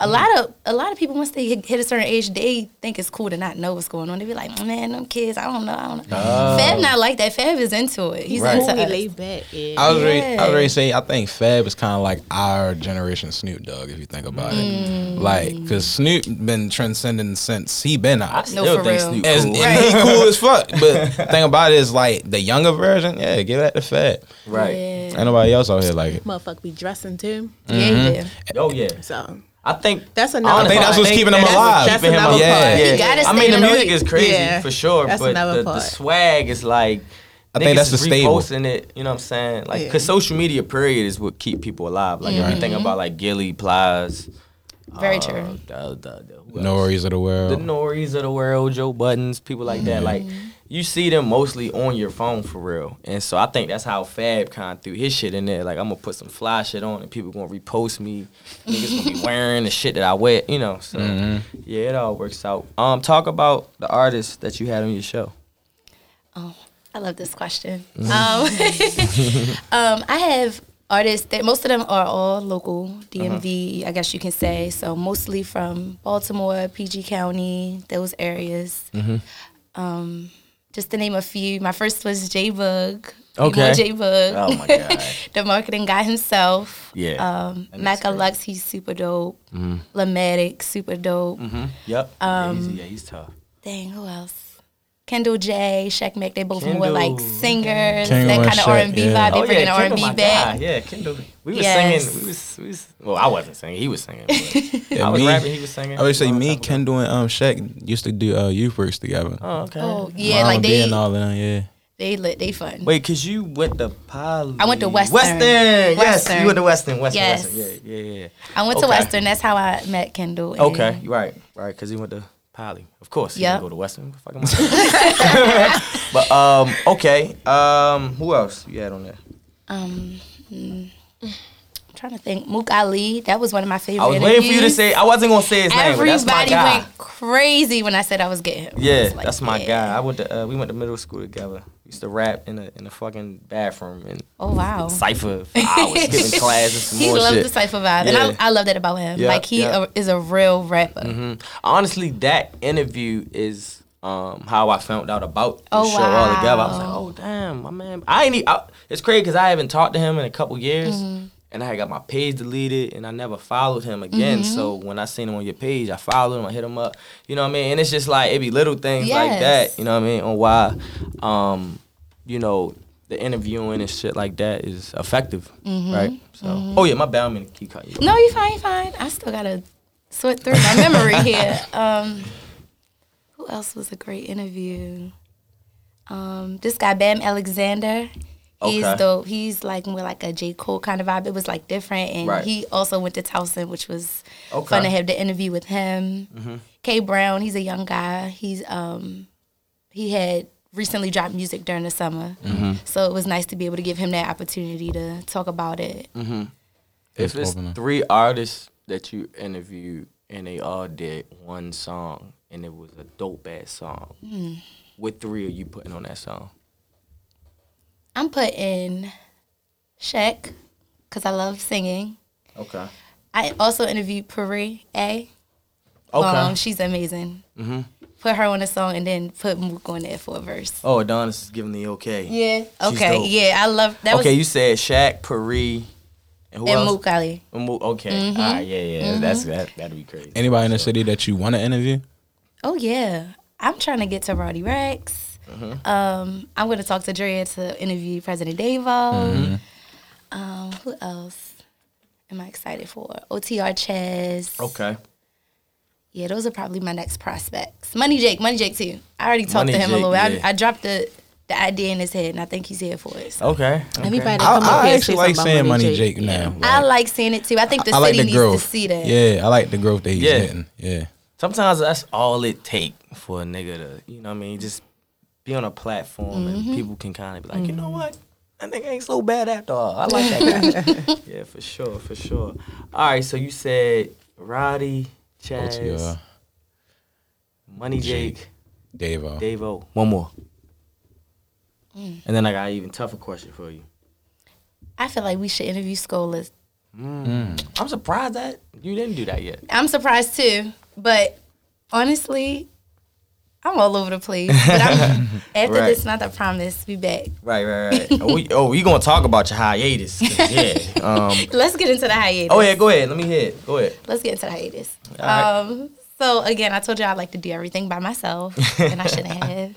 S4: A lot of a lot of people once they hit a certain age, they think it's cool to not know what's going on. They be like, man, them kids, I don't know, I don't know. Fab not like that. Fab is into it. He's
S2: Right.
S4: into
S3: Who we
S4: us.
S3: lay back is.
S1: I was ready. I
S4: Yeah.
S1: was ready to say. I think Fab is kind of like our generation Snoop Dogg, if you think about it. Like, cause Snoop been transcending since he been out.
S4: No,
S2: still
S4: for
S2: think
S4: real.
S2: Snoop
S1: And,
S2: cool.
S1: and he cool as fuck. But thing about it is like the younger version. Yeah, give that to Fab.
S2: Right.
S4: Yeah.
S1: Ain't nobody else out here like it.
S3: Motherfucker be dressing too.
S4: Yeah, yeah.
S2: Oh yeah.
S3: So
S2: I think
S3: that's another.
S1: I think
S3: part.
S1: that's what's keeping him
S3: that's-
S1: alive.
S3: that's
S2: Keeping him
S3: another
S1: alive.
S3: part.
S1: Yeah.
S4: You gotta
S2: I mean,
S4: stay
S2: the
S4: in the
S2: music
S4: loop.
S2: is crazy
S3: Yeah.
S2: for sure,
S3: That's
S2: but
S3: another
S2: the, the
S3: part.
S2: swag is like.
S1: I think
S2: niggas
S1: that's
S2: is
S1: the stable.
S2: Reposting it, you know what I'm saying? Like,
S3: Yeah. Mm-hmm.
S2: cause social media period is what keep people alive. Like, if you think about like Gilly, Plies,
S4: Very
S2: uh,
S4: true.
S2: the- the- the- who else?
S1: Norries of the
S2: the
S1: world.
S2: Norries of the world, Joe Buttons, people like that.
S1: Mm-hmm.
S2: Like you see them mostly on your phone for real. And so I think that's how Fab kind of threw his shit in there. Like I'm gonna put some fly shit on and people gonna repost me. Niggas gonna be wearing the shit that I wear, you know. So
S1: Mm-hmm.
S2: yeah, it all works out. Um, talk about the artists that you had on your show.
S4: I love this question. Um,
S2: Mm-hmm.
S4: um, I have artists that most of them are all local
S2: Uh-huh.
S4: DMV, I guess you can say. So mostly from Baltimore, PG County, those areas.
S2: Mm-hmm.
S4: Um, just to name a few, my first was J Bug.
S2: Okay.
S4: J Bug.
S2: Oh my god.
S4: the marketing guy himself.
S2: Yeah. Mm-hmm.
S4: Um,
S2: That makes
S4: Maca Lux, he's super dope. mm super dope.
S2: yep. Um, yeah, he's, yeah, he's tough.
S4: Dang, who else? Kendall J, Shaq Mack, they both more
S2: Kendall.
S4: like singers,
S1: Kendall
S4: that
S1: and
S4: kind of R
S1: Shaq,
S4: and B
S1: yeah.
S4: vibe. They bringing the R and
S2: Oh, Kendall,
S4: B
S2: my
S4: back.
S2: guy. Yeah, Kendall. We was
S4: Yes.
S2: singing. We was, we was. Well, I wasn't singing. He was singing. but
S1: Yeah,
S2: I was
S1: me-
S2: rapping. He was singing.
S1: I would say
S2: Long
S1: me,
S2: time ago.
S1: Kendall, and um Shaq used to do uh youth works together.
S2: Oh, okay.
S4: Oh yeah,
S1: Mom
S4: like
S1: and B
S4: they
S1: and all of them, yeah.
S4: they lit, they fun.
S2: Wait, cause you went to Poly.
S4: I went to Western.
S2: Western. Yes,
S4: Western.
S2: you went to Western. Western.
S4: Yes.
S2: Western. Yeah, yeah, yeah.
S4: I went to
S2: okay.
S4: Western. That's how I met Kendall. and-
S2: Okay, you right, right, because he went to Poly. Of course, he
S4: Yep.
S2: didn't go to Western. Fuck am I- but um, okay. Um, who else you had on there?
S4: Um, mm, I'm trying to think. Mook Ali. That was one of my favorite.
S2: I was waiting for you to
S4: interviews.
S2: say. I wasn't gonna say his name. But that's my
S4: Everybody
S2: guy.
S4: went crazy when I said I was getting him. I
S2: Yeah,
S4: was like,
S2: that's my
S4: yeah.
S2: guy. I went to uh, we went to middle school together. We used to rap in the in the fucking bathroom and
S4: Oh wow.
S2: cipher for hours, giving class and some
S4: He
S2: more
S4: loves
S2: shit.
S4: the cipher vibe,
S2: Yeah.
S4: and I, I love that about him.
S2: Yeah,
S4: like he
S2: yeah.
S4: a, is a real rapper.
S2: Hmm. Honestly, that interview is um, how I found out about the
S4: Oh,
S2: show all together. I was like,
S4: wow.
S2: oh damn, my man. I ain't. e- I, it's crazy because I haven't talked to him in a couple years,
S4: Mm-hmm.
S2: and I had got my page deleted, and I never followed him again. So
S4: Mm-hmm.
S2: when I seen him on your page, I followed him. I hit him up. You know what I mean? And it's just like it be little things like
S4: Yes.
S2: that. You know what I mean? On why, um, you know. The interviewing and shit like that is effective,
S4: Mm-hmm.
S2: right? So, oh yeah, my bad. I'm gonna keep cutting you. off.
S4: No, you fine, you fine. I still gotta sort through my memory here. Um, who else was a great interview? Um, this guy Bam Alexander. He's
S2: Okay.
S4: dope. He's like more like a J Cole kind of vibe. It was like different, and
S2: Right.
S4: he also went to Towson, which was
S2: Okay. Mm-hmm.
S4: fun to have the interview with him. K Brown. He's a young guy. He's um, he had recently dropped music during the summer,
S2: Mm-hmm.
S4: so it was nice to be able to give him that opportunity to talk about it.
S2: If it's
S1: opener.
S2: three artists that you interviewed and they all did one song and it was a dope ass song,
S4: Hmm.
S2: what three are you putting on that song?
S4: I'm putting Shaq because I love singing.
S2: Okay.
S4: I also interviewed Puri A.
S2: Okay. Mm-hmm.
S4: Um, she's amazing. Put her on a song and then put Mook on there for a verse.
S2: oh, Adonis is giving the okay.
S4: Yeah.
S2: She's
S4: Okay.
S2: dope.
S4: Yeah, I love that
S2: Okay,
S4: was
S2: you said Shaq, Pari, and who
S4: and Mm-hmm.
S2: else?
S4: Mook Ali.
S2: And Mook, Okay. All right. Yeah, yeah. That's that. That'd be crazy.
S1: Anybody in the city that you want to interview?
S4: Oh yeah, I'm trying to get to Roddy Rex.
S2: Mm-hmm.
S4: Um, I'm going to talk to Drea to interview President Davo.
S2: Mm-hmm.
S4: Um, who else am I excited for? OTR Chess.
S2: okay.
S4: Yeah, those are probably my next prospects. Money Jake, Money Jake too. I already talked
S2: Money
S4: to him a
S2: Jake,
S4: little. bit.
S2: yeah.
S4: I, I dropped the the idea in his head, and I think he's here for it. So.
S2: Okay.
S3: Everybody
S1: I,
S3: come up
S1: I
S3: here
S1: actually like saying Money Jake, now.
S4: I like seeing it too. I think the
S1: I like
S4: city
S1: the
S4: needs
S1: growth.
S4: to see that.
S1: Yeah, I like the growth that he's
S2: Yeah.
S1: hitting. Yeah.
S2: Sometimes that's all it take for a nigga to, you know what I mean, just be on a platform and people can kind of be like, you know what? That nigga ain't so bad after all. I like that guy. yeah, for sure, for sure. All right, so you said Roddy, Chaz,
S1: OTR,
S2: Money Jake,
S1: Davo.
S2: Davo. One more. And then I got an even tougher question for you.
S4: I feel like we should interview Scolas.
S2: I'm surprised that you didn't do that yet.
S4: I'm surprised too, but honestly, I'm all over the place. But I'm, after
S2: Right.
S4: this month, I promise, be back.
S2: Right, right, right. oh, we, oh, we gonna talk about your hiatus? 'cause, Yeah. Um,
S4: Let's get into the hiatus.
S2: oh yeah, go ahead. Let me hear it. Go ahead.
S4: Let's get into the hiatus.
S2: All right.
S4: Um, so again, I told you I like to do everything by myself, and I shouldn't have.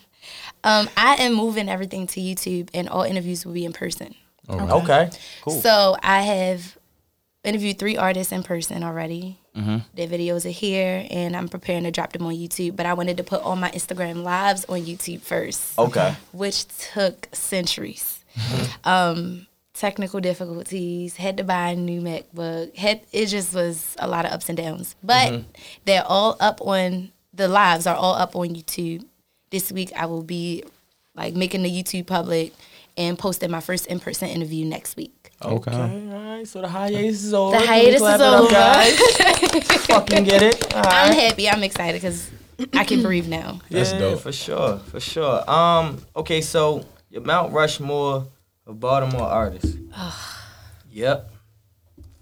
S4: Um, I am moving everything to YouTube, and all interviews will be in person.
S2: Okay. Cool.
S4: So I have interviewed three artists in person already. Their videos are here, and I'm preparing to drop them on YouTube. But I wanted to put all my Instagram lives on YouTube first,
S2: okay.
S4: which took centuries. um, technical difficulties, had to buy a new MacBook. Had it just was a lot of ups and downs. But
S2: Mm-hmm.
S4: they're all up on the lives are all up on YouTube. This week I will be like making the YouTube public and posting my first in person interview next week.
S1: Okay.
S2: Okay, all right. So the hiatus is over.
S4: The hiatus
S2: Clap
S4: is
S2: it up,
S4: over.
S2: guys. Fucking get it. All
S4: I'm
S2: right.
S4: happy. I'm excited because I can breathe now.
S1: That's
S2: yeah,
S1: dope.
S2: for sure, for sure. Um, okay, so your Mount Rushmore of Baltimore artists. yep.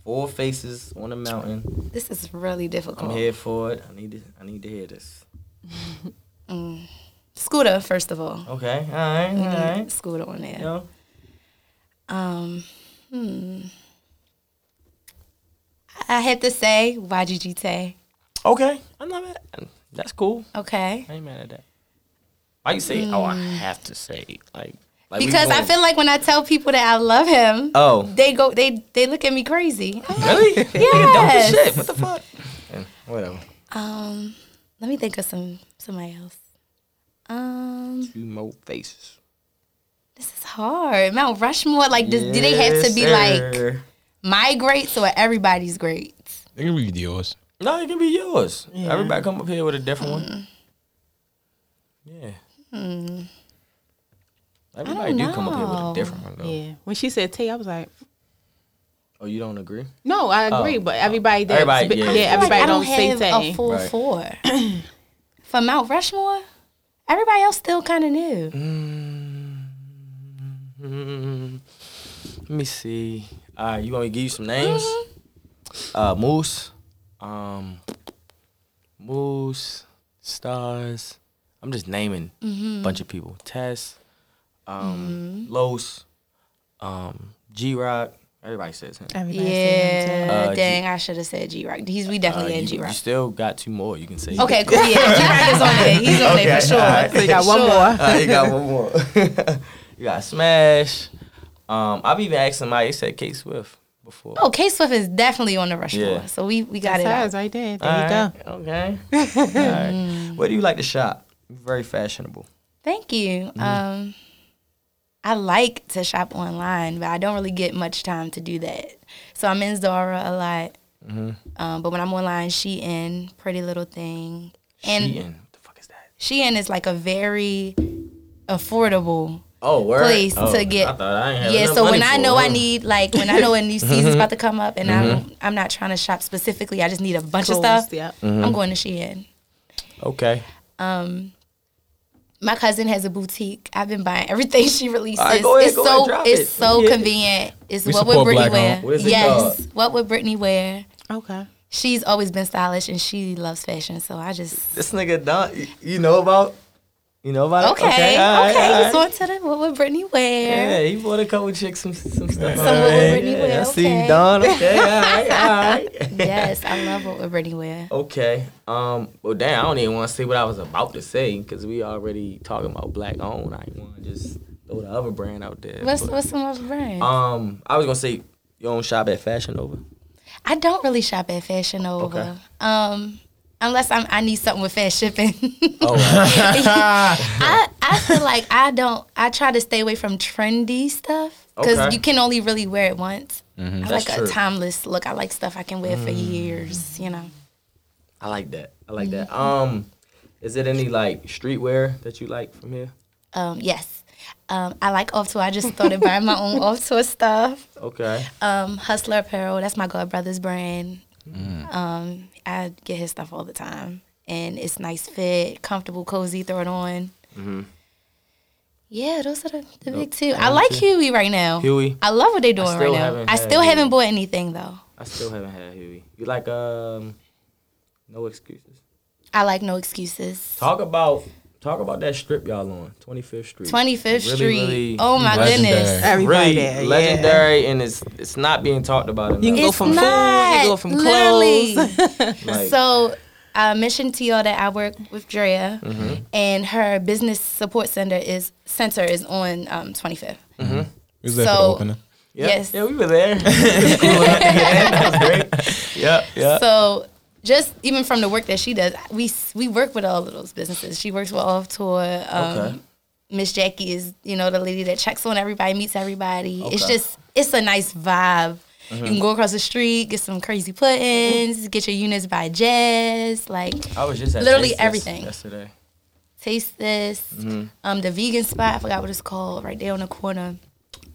S2: Four faces on the mountain.
S4: This is really
S2: I'm
S4: difficult.
S2: here for it. I need to. I need to hear this.
S4: Scooter, first of all.
S2: Okay. All right. All right.
S4: Scooter on there.
S2: You know,
S4: Um, hmm. I had to say YGG Tay.
S2: Okay. I'm not mad. That's cool.
S4: Okay.
S2: I ain't mad at that. Why you say? Oh, I have to say like, like we
S4: Mm. Because I
S2: doing-
S4: feel like when I tell people that I love him,
S2: Oh.
S4: they go, they they look at me crazy. I'm like,
S2: really Nigga, dumb as
S4: Yes.
S2: shit. What the fuck? And whatever.
S4: um, let me think of some somebody else. Um,
S2: Two more faces.
S4: this is hard. Mount Rushmore, like, does, do they have to be like my greats or everybody's greats?
S1: It can be yours.
S2: No, it can be yours. Everybody come up here with a different one.
S4: Hmm.
S2: Yeah. Everybody do come up here with a
S4: know.
S2: different one though.
S3: Yeah. When she said Tay, I was like,
S2: Oh, you don't agree?
S3: no, I
S1: Oh.
S3: agree. but everybody, that's,
S2: Everybody,
S3: but-
S2: yeah.
S3: yeah,
S2: I feel
S4: I feel
S3: everybody
S4: like I
S3: don't, say
S4: have
S3: Tay.
S4: a full
S2: Right.
S4: four for Mount Rushmore. Everybody else still kind of new.
S2: Mm, let me see. All right, you want me to give you some names?
S3: Mm-hmm.
S2: Uh, Moose, um, Moose, Stars. I'm just naming
S3: Mm-hmm.
S2: a bunch of people. Tess, um, Los, um, G Rock. Everybody says him.
S3: Everybody say him,
S4: Yeah,
S3: Tay.
S2: Uh, G-
S4: dang, I should have said G Rock. He's we
S2: Uh,
S4: definitely
S2: you,
S4: had G
S2: you
S4: Rock.
S2: still got two more. You can say.
S4: Okay, cool. Yeah, G Rock is on there. He's on there for sure.
S3: So you got one
S4: Sure.
S3: more.
S2: Uh, you got one more. you got Smash. Um, I've even asked somebody. They said K Swift before.
S4: Oh, K Swift is definitely on the Rushmore.
S2: Yeah.
S4: So we we got
S3: That's
S4: it. out.
S3: hers right there. There you
S2: All
S3: go.
S2: right, Okay. All right. Where do you like to shop? Very fashionable.
S4: Thank you.
S2: Mm-hmm.
S4: Um, I like to shop online, but I don't really get much time to do that. So I'm in Zara a lot.
S2: Mm-hmm.
S4: Um, but when I'm online, Shein, Pretty Little Thing, and
S2: Shein. What the fuck is that?
S4: Shein is like a very affordable.
S2: Oh, word.
S4: Place
S2: Oh,
S4: to get-
S2: I thought I ain't have
S4: Yeah,
S2: enough
S4: so
S2: money
S4: when I
S2: for it, Mm-hmm.
S4: know I
S2: huh?
S4: need like when I know a new season's about to come up and I'm I'm not trying to shop specifically, I just need a bunch
S3: Clothes,
S4: of stuff.
S3: yep.
S2: Mm-hmm.
S4: I'm going to Shein.
S2: Okay.
S4: My cousin has a boutique. I've been buying everything she releases.
S2: All right, go ahead,
S4: it's
S2: go
S4: so
S2: ahead, drop
S4: it's
S2: it.
S4: so
S2: Yeah.
S4: convenient. It's
S1: We
S4: what would
S1: support
S4: Britney
S1: black-owned.
S4: wear?
S2: What is it
S4: yes.
S2: called?
S4: What would Britney wear?
S3: Okay.
S4: She's always been stylish and she loves fashion, so I just
S2: This nigga Don, you- you know about? You know about? it?
S4: Okay, okay,
S2: Uh, all right, all
S4: he's on to the what would Britney wear?
S2: Yeah, he bought a couple chicks some some stuff.
S4: Some little
S2: Alright,
S4: Britney
S2: yeah,
S4: wear,
S2: I see you,
S4: okay.
S2: Don. Okay, all right, all right.
S4: yes, I love what would Britney wear.
S2: Okay. Um. Well, damn. I don't even want to say what I was about to say because we already talking about black owned. I want to just throw the other brand out there.
S4: What's
S2: but-
S4: what's some other brands?
S2: Um, I was gonna say you don't shop at Fashion Nova.
S4: I don't really shop at Fashion Nova.
S2: Okay.
S4: Um, unless I'm, I need something with fast shipping.
S2: Oh, wow.
S4: I, I feel like I don't. I try to stay away from trendy stuff because
S2: Okay. Mm-hmm.
S4: you can only really wear it once. I
S2: That's
S4: like a
S2: true. Mm.
S4: timeless look. I like stuff I can wear for years. You know,
S2: I like that. I like that. Um, is it any like streetwear that you like from here?
S4: um, yes. Um, I like off tour. I just started buying my own off tour stuff.
S2: Okay.
S4: Um, Hustler Apparel. That's my god brother's brand.
S2: Mm.
S4: Um, I get his stuff all the time, and it's nice fit, comfortable, cozy. Throw it on.
S2: Mm-hmm.
S4: Yeah, those are the, the big two. I like Huey right now.
S2: Huey.
S4: I love what they're doing
S2: still
S4: right now.
S2: haven't
S4: I
S2: had
S4: still
S2: Huey.
S4: haven't bought anything though.
S2: I still haven't had Huey. You like um, no excuses.
S4: I like no excuses.
S2: Talk about talk about that strip y'all on Twenty Fifth Street.
S4: Twenty Fifth
S2: Really,
S4: Street.
S2: really
S4: oh my
S1: legendary.
S4: goodness.
S3: Everybody
S2: Really
S3: there. Yeah.
S2: legendary, and it's it's not being talked about enough.
S5: You can go
S4: It's
S5: from food, you can go
S4: not,
S5: from
S4: literally.
S5: clothes.
S2: like,
S4: So I mentioned to y'all that I work with Drea,
S2: Mm-hmm.
S4: and her business support center is center is on um, 25th.
S1: We was there for the
S4: So-
S1: opening.
S2: yeah,
S4: yes.
S2: yeah, we were there. It was cool enough to get in. That was great. Yeah, yeah.
S4: So just even from the work that she does, we we work with all of those businesses. She works with Off Tour. Um,
S2: Okay.
S4: Miss Jackie is you know the lady that checks on everybody, meets everybody. It's
S2: Okay. Mm-hmm.
S4: just it's a nice vibe. You can go across the street, get some crazy puddings, get your units by jazz, like
S2: I was just at
S4: Literally
S2: Taste Test
S4: everything.
S2: yesterday.
S4: taste this.
S2: Mm-hmm.
S4: Um, the vegan spot, I forgot what it's called, right there on the corner.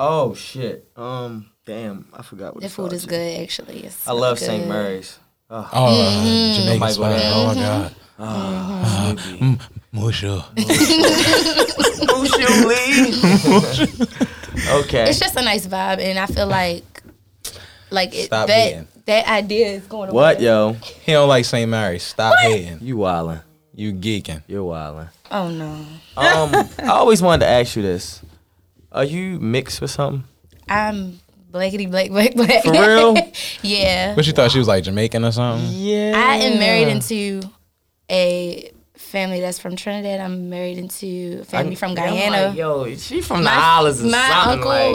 S2: Oh shit. Um. Damn. I forgot what
S4: The
S2: it's
S4: food
S2: called,
S4: is
S2: too.
S4: good actually. It's
S2: I love
S4: good.
S2: St. Mary's. Oh,
S1: Oh,
S4: mm-hmm.
S1: uh, Jamaican
S2: Somebody
S1: spot.
S2: go there.
S1: Oh my god.
S2: Uh, mm
S1: Musha.
S2: okay.
S4: It's just a nice vibe, and I feel like like it,
S1: Stop
S4: that
S1: hating.
S4: that idea is going.
S2: What
S4: away.
S2: yo?
S1: He don't like St. Mary's. Stop hating.
S2: You wildin'.
S1: You geeking.
S2: You're wildin'.
S4: Oh no,
S2: Um, I always wanted to ask you this. Are you mixed with something?
S4: I'm blankety black black black.
S2: For real?
S4: yeah, Mm-hmm.
S1: But she thought she was like Jamaican or something.
S2: Yeah.
S4: I am married into a family that's from Trinidad. I'm married into family from
S2: Yeah, I'm
S4: Guyana.
S2: Like, Yo, she from the
S4: my,
S2: islands or
S4: my
S2: something.
S4: uncle,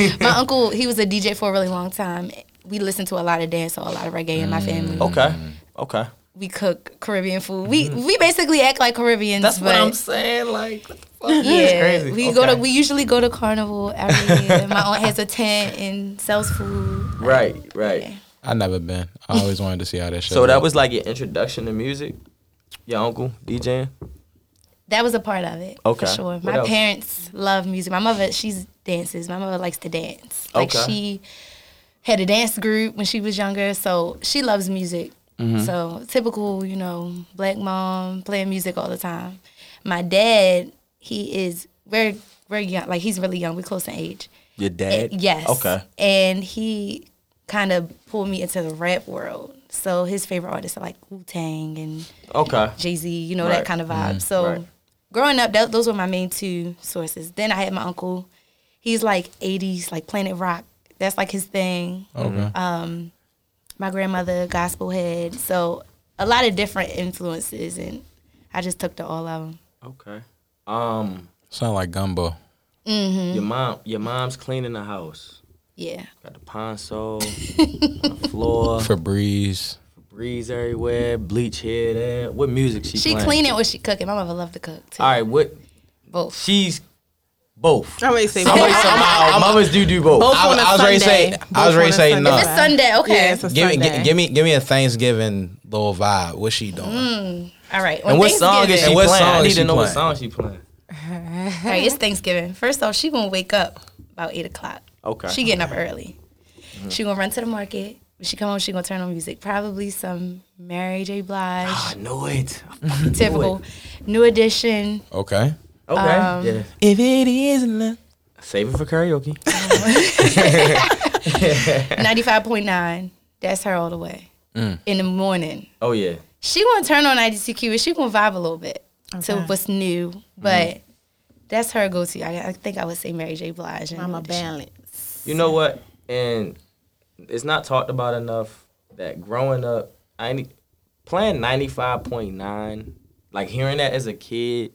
S2: like-
S4: my uncle, he was a DJ for a really long time. We listened to a lot of dance, a lot of reggae in my family.
S2: okay, okay.
S4: We cook Caribbean food. We we basically act like
S2: Mm-hmm.
S4: Caribbeans.
S2: That's
S4: but
S2: what I'm saying. Like, what the fuck? That's
S4: Yeah,
S2: crazy.
S4: we go to
S2: Okay.
S4: we usually go to carnival every year. my aunt has a tent and sells food.
S2: Right, right.
S1: I never been. I always wanted to see how that shit.
S2: So that
S1: look.
S2: was like your introduction to music. Your uncle DJing.
S4: That was a part of it.
S2: Okay.
S4: For sure.
S2: What
S4: My
S2: else?
S4: parents love music. My mother, she's dances. My mother likes to dance. Like
S2: Okay.
S4: she had a dance group when she was younger, so she loves music.
S2: Mm-hmm.
S4: So typical, you know, black mom playing music all the time. My dad, he is very very young. Like he's really young. We're close in age.
S2: Your dad.
S4: Yes.
S2: Eh, Okay.
S4: And he kind of pulled me into the rap world. So his favorite artists are like Wu Tang and
S2: Okay.
S4: Jay Z, you know,
S2: Right. Mm-hmm.
S4: that kind of vibe. So
S2: Right.
S4: growing up, that, those were my main two sources. Then I had my uncle. He's like 80s, like Planet Rock. That's like his thing.
S2: Mm-hmm.
S1: okay.
S4: My grandmother, gospel head. So a lot of different influences. And I just took to all of them.
S2: Okay. Um,
S1: Sound like gumbo.
S4: Mm-hmm.
S2: your mom, your mom's cleaning the house.
S4: Yeah.
S2: Got the console, on the floor,
S1: Febreze.
S2: breeze everywhere, bleach here, there. What music she?
S4: She
S2: playing?
S4: cleaning or she cooking. My mother loved to cook too.
S2: All right. What?
S4: Both.
S2: She's both.
S3: I'm ready to say
S2: Somebody somehow, mothers do do both.
S3: Both
S1: I was-
S3: on a
S1: I was ready to say-
S3: Sunday.
S1: I was
S3: Both
S1: ready
S3: on
S1: to
S3: a
S1: say
S3: Sunday.
S1: no.
S4: It's Sunday. Okay.
S3: Yeah, it's a
S1: Give me,
S3: Sunday.
S1: gi- give me, give me a Thanksgiving little vibe. What she doing?
S2: Mm.
S4: all right.
S2: and
S4: on
S2: what song is
S4: Thanksgiving-
S2: she
S1: And what
S2: playing?
S1: song
S2: I
S1: is
S2: need
S1: she
S2: to know what
S1: playing?
S2: song she playing.
S4: All right, it's Thanksgiving. First off, she gonna wake up about eight o'clock.
S2: Okay.
S4: She getting up early.
S2: Mm-hmm.
S4: She gonna run to the market. When she come home, she gonna turn on music. Probably some Mary J. Blige,
S2: Ah, I know it.
S4: typical, New Edition.
S1: Okay.
S2: Okay.
S4: Um,
S2: yeah.
S1: If it isn't, love-
S2: Save it for karaoke.
S4: Ninety five point nine. That's her all the way.
S2: Mm.
S4: In the morning,
S2: Oh yeah.
S4: she gonna turn on ninety two Q and she gonna vibe a little bit to
S3: Okay.
S4: what's new. But that's her go to. I, I think I would say Mary J. Blige. And
S3: I'm
S4: New
S3: a
S4: Edition.
S3: balance.
S2: You know what? And it's not talked about enough that growing up, I ain't- e, playing ninety five point nine, like hearing that as a kid,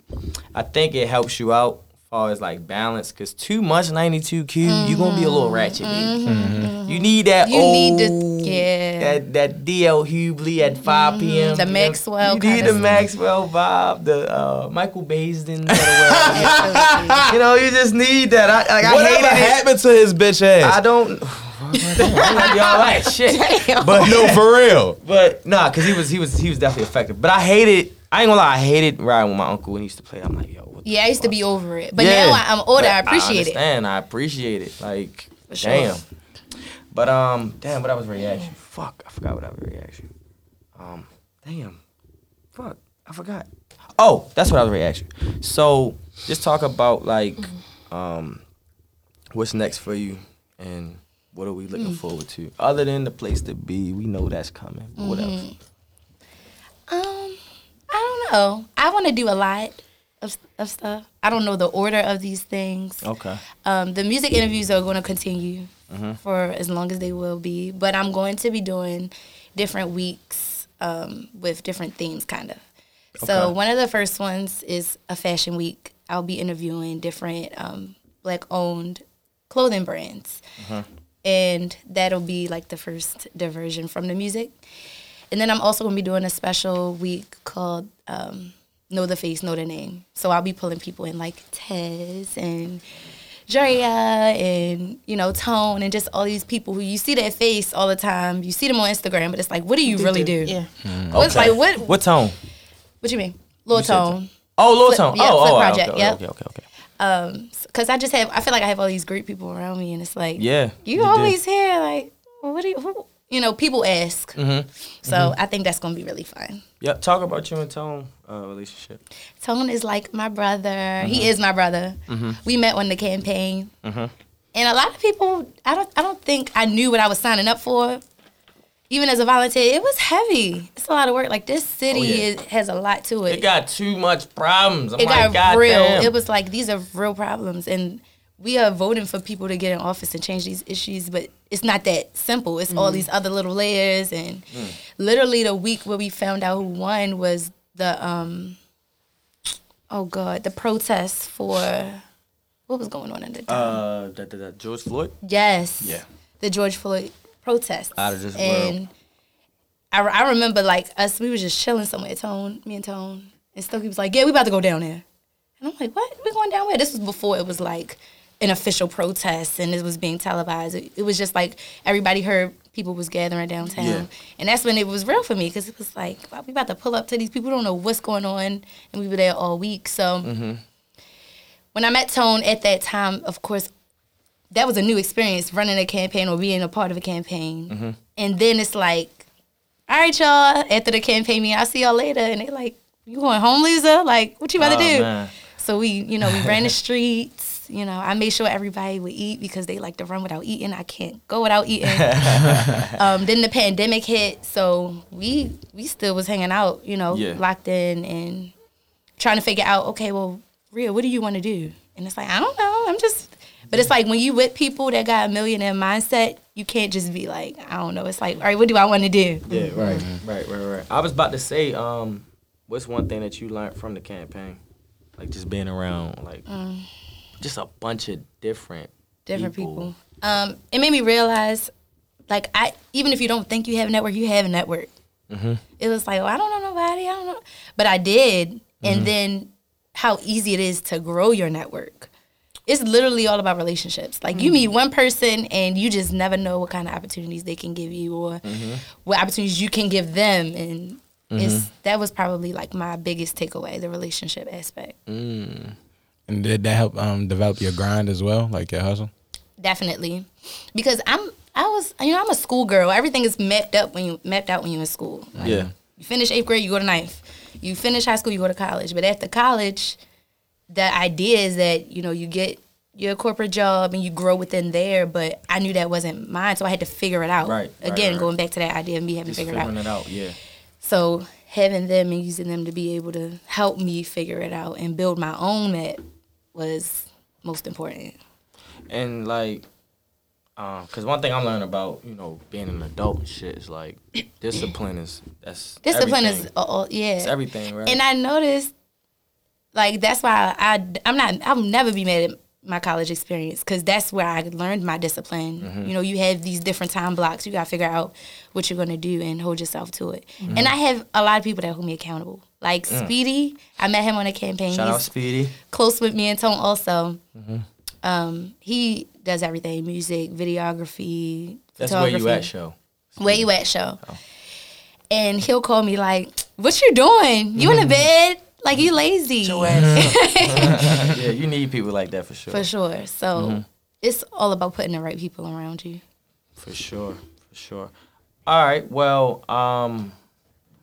S2: I think it helps you out as far as like balance. Cause too much ninety two Q, you gonna be a little ratchet. baby. You need that
S4: Mm-hmm. You
S2: old,
S4: need to- yeah. Mm-hmm.
S2: that that DL Hughley at five p.m.
S4: The
S2: you know?
S4: Maxwell
S2: You need
S4: kinda
S2: the
S4: stuff.
S2: Maxwell vibe, the uh, Michael Baisden. you know, you just need that. I, like, I hated
S1: whatever
S2: it.
S1: happened to his bitch ass?
S2: I don't. Y'all like shit.
S1: but no, for real.
S2: But nah, cause he was he was he was definitely effective. But I hated. I ain't gonna lie. I hated riding with my uncle when he used to play. I'm like, yo. What the
S4: Yeah, I used to
S2: fuck?
S4: be over it, but
S2: Yeah.
S4: now I, I'm older.
S2: But
S4: I appreciate it.
S2: understand, I appreciate it. Like,
S4: sure.
S2: damn. But um, damn. What I was reaction? Fuck. I forgot what I was reaction. Um, damn. Fuck. I forgot. Oh, that's what I was reaction. So just talk about like,
S4: Mm-hmm.
S2: um, what's next for you and. What are we
S4: Mm.
S2: looking forward to? Other than the place to be, we know that's coming. But what else?
S4: Mm-hmm. Um, I don't know. I want to do a lot of, of stuff. I don't know the order of these things.
S2: Okay. Mm-hmm.
S4: Um, the music interviews are going to continue for as long as they will be, but I'm going to be doing different weeks um, with different themes, kind of. So
S2: Okay.
S4: one of the first ones is a fashion week. I'll be interviewing different um, black-owned clothing brands,
S2: Mm-hmm.
S4: and that'll be like the first diversion from the music. And then I'm also going to be doing a special week called um, Know the Face, Know the Name. So I'll be pulling people in like Tez and Drea and, you know, Tone and just all these people who you see their face all the time. You see them on Instagram, but it's like, what do you really do?
S3: Yeah.
S4: What's like, what, what
S2: What tone?
S4: you mean? Lil
S2: said
S4: Tone.
S2: Oh, Lil
S4: Flip-
S2: Tone.
S4: yeah,
S2: oh,
S4: Flip
S2: oh, alright,
S4: Project,
S2: okay,
S4: yep.
S2: okay, okay, okay.
S4: because Um, I just have I feel like I have all these great people around me, and it's like
S2: Yeah, you
S4: you
S2: do.
S4: always hear like well, what do you who you know people ask,
S2: Mm-hmm.
S4: so I think that's gonna be really fun.
S2: Yep. Talk about you and Tone uh, relationship.
S4: Tone is like my brother.
S2: Mm-hmm.
S4: He is my brother. We met on the campaign, and a lot of people I don't I don't think I knew what I was signing up for. Even as a volunteer, it was heavy. It's a lot of work. Like this city
S2: Oh, yeah.
S4: is, has a lot to it.
S2: It got too much problems. I'm
S4: it
S2: like,
S4: got
S2: God
S4: real.
S2: damn.
S4: It was like these are real problems, and we are voting for people to get in office and change these issues, but it's not that simple.
S2: Mm-hmm. Mm.
S4: It's all these other little layers, and literally the week where we found out who won was the um oh god the protests for what was going on at the time
S2: Uh, that, that, that George Floyd.
S4: yes
S2: yeah.
S4: the george floyd protests
S2: Out of this
S4: and
S2: world.
S4: I, re- I remember like us we was just chilling somewhere tone me and tone and Stokey was like yeah we about to go down there and i'm like what we going down where this was before it was like an official protest and it was being televised it, it was just like everybody heard people was gathering downtown
S2: Yeah.
S4: and that's when it was real for me because it was like wow, we about to pull up to these people who don't know what's going on and we were there all week so
S2: Mm-hmm.
S4: when i met tone at that time of course that was a new experience running a campaign or being a part of a campaign
S2: Mm-hmm.
S4: and then it's like all right y'all after the campaign meeting i'll see y'all later and they like you going home loser like what you about to
S2: Oh,
S4: do
S2: man.
S4: so we you know we ran the streets you know i made sure everybody would eat because they like to run without eating i can't go without eating um, then the pandemic hit, so we we still was hanging out, you know,
S2: Yeah.
S4: locked in and trying to figure out, okay, well, Rhea, what do you want to do? And it's like, I don't know, I'm just. But it's like when you with people that got a millionaire mindset, you can't just be like, I don't know. It's like, all right, what do I want to do?
S2: Yeah, right, right, right, right. Mm-hmm. I was about to say, um, what's one thing that you learned from the campaign? Like just being around, like
S4: Mm.
S2: just a bunch of different
S4: Different people. Um, it made me realize, like, I even if you don't think you have a network, you have a network. It was like, well, I don't know nobody, I don't know, but I did, and then how easy it is to grow your network. it's literally all about relationships. Like you meet one person and you just never know what kind of opportunities they can give you or what opportunities you can give them and it's that was probably like my biggest takeaway, the relationship aspect.
S1: And did that help um, develop your grind as well, like your hustle?
S4: Definitely. Because I'm I was you know, I'm a schoolgirl. Everything is mapped up when you mapped out when you're in school. Like,
S2: Yeah,
S4: You finish eighth grade, you go to ninth. You finish high school, you go to college. But after college, the idea is that you know you get your corporate job and you grow within there. But I knew that wasn't mine, so I had to figure it out.
S2: Right, right,
S4: Again,
S2: right.
S4: going back to that idea of me having
S2: just
S4: to figure it
S2: figuring
S4: out.
S2: it out. Yeah,
S4: So having them and using them to be able to help me figure it out and build my own map was most important.
S2: and like, um, cause one thing I'm learning about, you know, being an adult and shit is like discipline is that's
S4: Discipline
S2: everything.
S4: is all, yeah.
S2: it's everything, right?
S4: And I noticed, like, that's why I, I'm not, I'll never be mad at my college experience because that's where I learned my discipline.
S2: Mm-hmm.
S4: You know, you have these different time blocks. You got to figure out what you're going to do and hold yourself to it.
S2: Mm-hmm.
S4: And I have a lot of people that hold me accountable. Like Speedy, I met him on a campaign.
S2: Mm. Shout out Mm-hmm.
S4: He's
S2: Speedy.
S4: close with me and Tone also. Um, he does everything music, videography,
S2: That's where
S4: photography
S2: you at, show.
S4: where you at show. And he'll call me like, What you doing? You in the bed? Like you lazy.
S2: yeah, you need people like that for sure.
S4: For sure. So it's all about putting the right people around you.
S2: For sure, for sure. All right, well, um,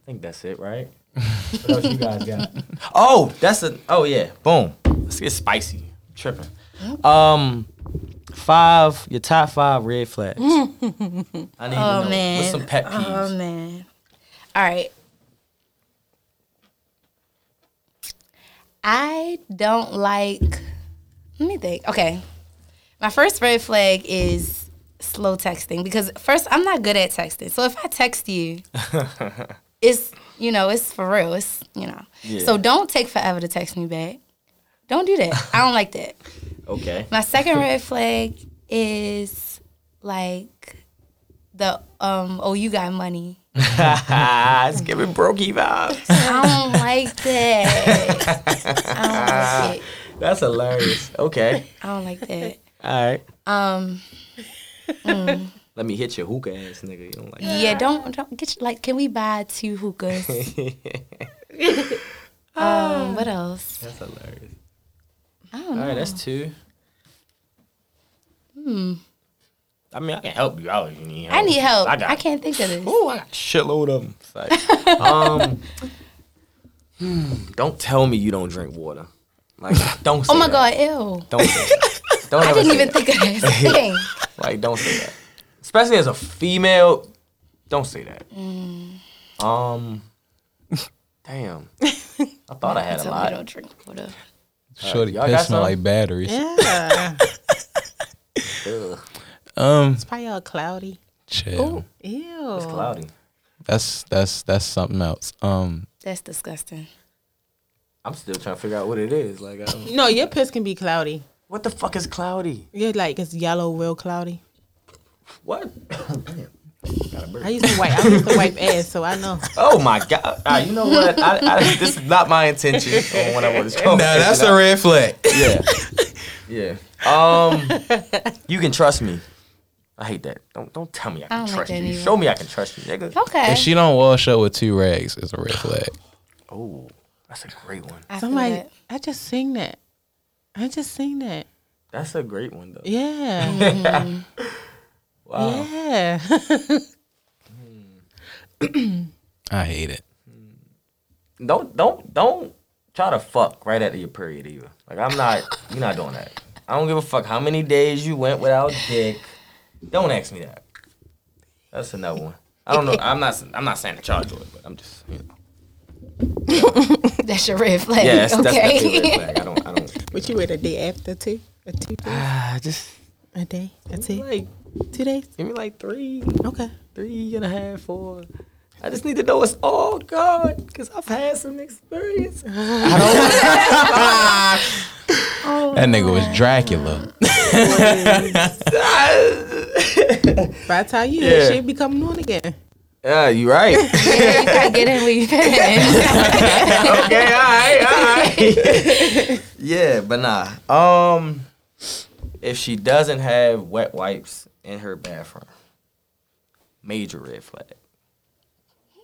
S2: I think that's it, right? what else you guys got? Oh, that's a. Oh yeah, boom. Let's get spicy. Tripping. Um, five. Your top five red flags. I need to know.
S4: Oh, man.
S2: What's some pet
S4: Oh
S2: peeves?
S4: man. All right. I don't like let me think. Okay. My first red flag is slow texting because first I'm not good at texting. So if I text you, it's you know, it's for real. It's you know.
S2: Yeah.
S4: So don't take forever to text me back. Don't do that. I don't like that.
S2: okay.
S4: My second red flag is like the um oh you got money.
S2: it's giving brokey vibes.
S4: I don't like that. I don't like it.
S2: That's hilarious. Okay.
S4: I don't like that.
S2: All right.
S4: Um mm.
S2: Let me hit your hookah ass nigga. You don't like that.
S4: yeah, don't don't get you, like can we buy two hookahs? um what else?
S2: That's hilarious.
S4: I don't
S2: All
S4: know.
S2: right, that's two. Hmm. I mean, I can help you out if you need help.
S4: I need help. I,
S2: Oh, got,
S4: can't think of this.
S2: Ooh, I got a shitload of them. um, hmm, don't tell me you don't drink water. Like, don't. Say
S4: Oh my
S2: that.
S4: god, ew.
S2: Don't. Say that. Don't
S4: I
S2: ever
S4: didn't
S2: say
S4: even
S2: that.
S4: think of this thing.
S2: Like, don't say that. Especially as a female, don't say that.
S4: Mm.
S2: Um, damn. I thought I had a
S4: So I
S2: lot.
S4: don't drink water.
S1: Uh, Shorty
S2: y'all got
S1: piss smell
S2: some?
S1: like batteries.
S3: Yeah.
S2: Ugh,
S1: Um,
S3: it's probably all cloudy.
S1: chill.
S3: Ew.
S2: it's cloudy.
S1: That's that's that's something else. Um,
S4: That's disgusting.
S2: I'm still trying to figure out what it is. Like, I don't-
S3: No, your piss can be cloudy.
S2: what the fuck is cloudy?
S3: You're like it's yellow, real cloudy.
S2: What?
S3: I used to wipe. I used to wipe ass, so I know.
S2: Oh my god! All right, you know what? I, I, this is not my intention. on When I want this
S1: No, that's a red flag.
S2: yeah, yeah. Um, you can trust me. I hate that. Don't don't tell me I can
S4: don't like
S2: trust
S4: that
S2: you.
S4: either.
S2: Show me I can trust you, nigga.
S4: Okay.
S1: If she don't wash up with two rags, it's a red flag.
S2: Oh, that's a great one.
S4: I feel
S3: Somebody,
S4: that.
S3: I just sing that. I just sing that.
S2: That's a great one though.
S3: Yeah.
S1: Mm-hmm.
S2: Wow.
S3: Yeah.
S1: I hate it.
S2: Don't don't don't try to fuck right after your period either. Like I'm not. you're not doing that. I don't give a fuck how many days you went without dick. Don't ask me that. That's another one. I don't know. I'm not. I'm not saying that y'all do it, but I'm just. You know.
S4: That's your red flag.
S2: Yeah, that's,
S4: okay.
S2: that's definitely a red flag. I don't. I don't.
S3: Would you wait a day after two? A two days?
S2: Ah, just
S3: A day? A two?
S2: like
S3: Two days?
S2: give me like three,
S3: Okay.
S2: three and a half, four. I just need to know it's all God, cause I've had some experience. Oh,
S1: That nigga was Dracula.
S3: By the time you
S2: Yeah.
S3: yeah. shit become known again.
S2: Yeah, Ah, you right.
S4: Yeah, you gotta get in where you fit in.
S2: okay, all right, all right. yeah, but nah. Um, if she doesn't have wet wipes in her bathroom, major red flag.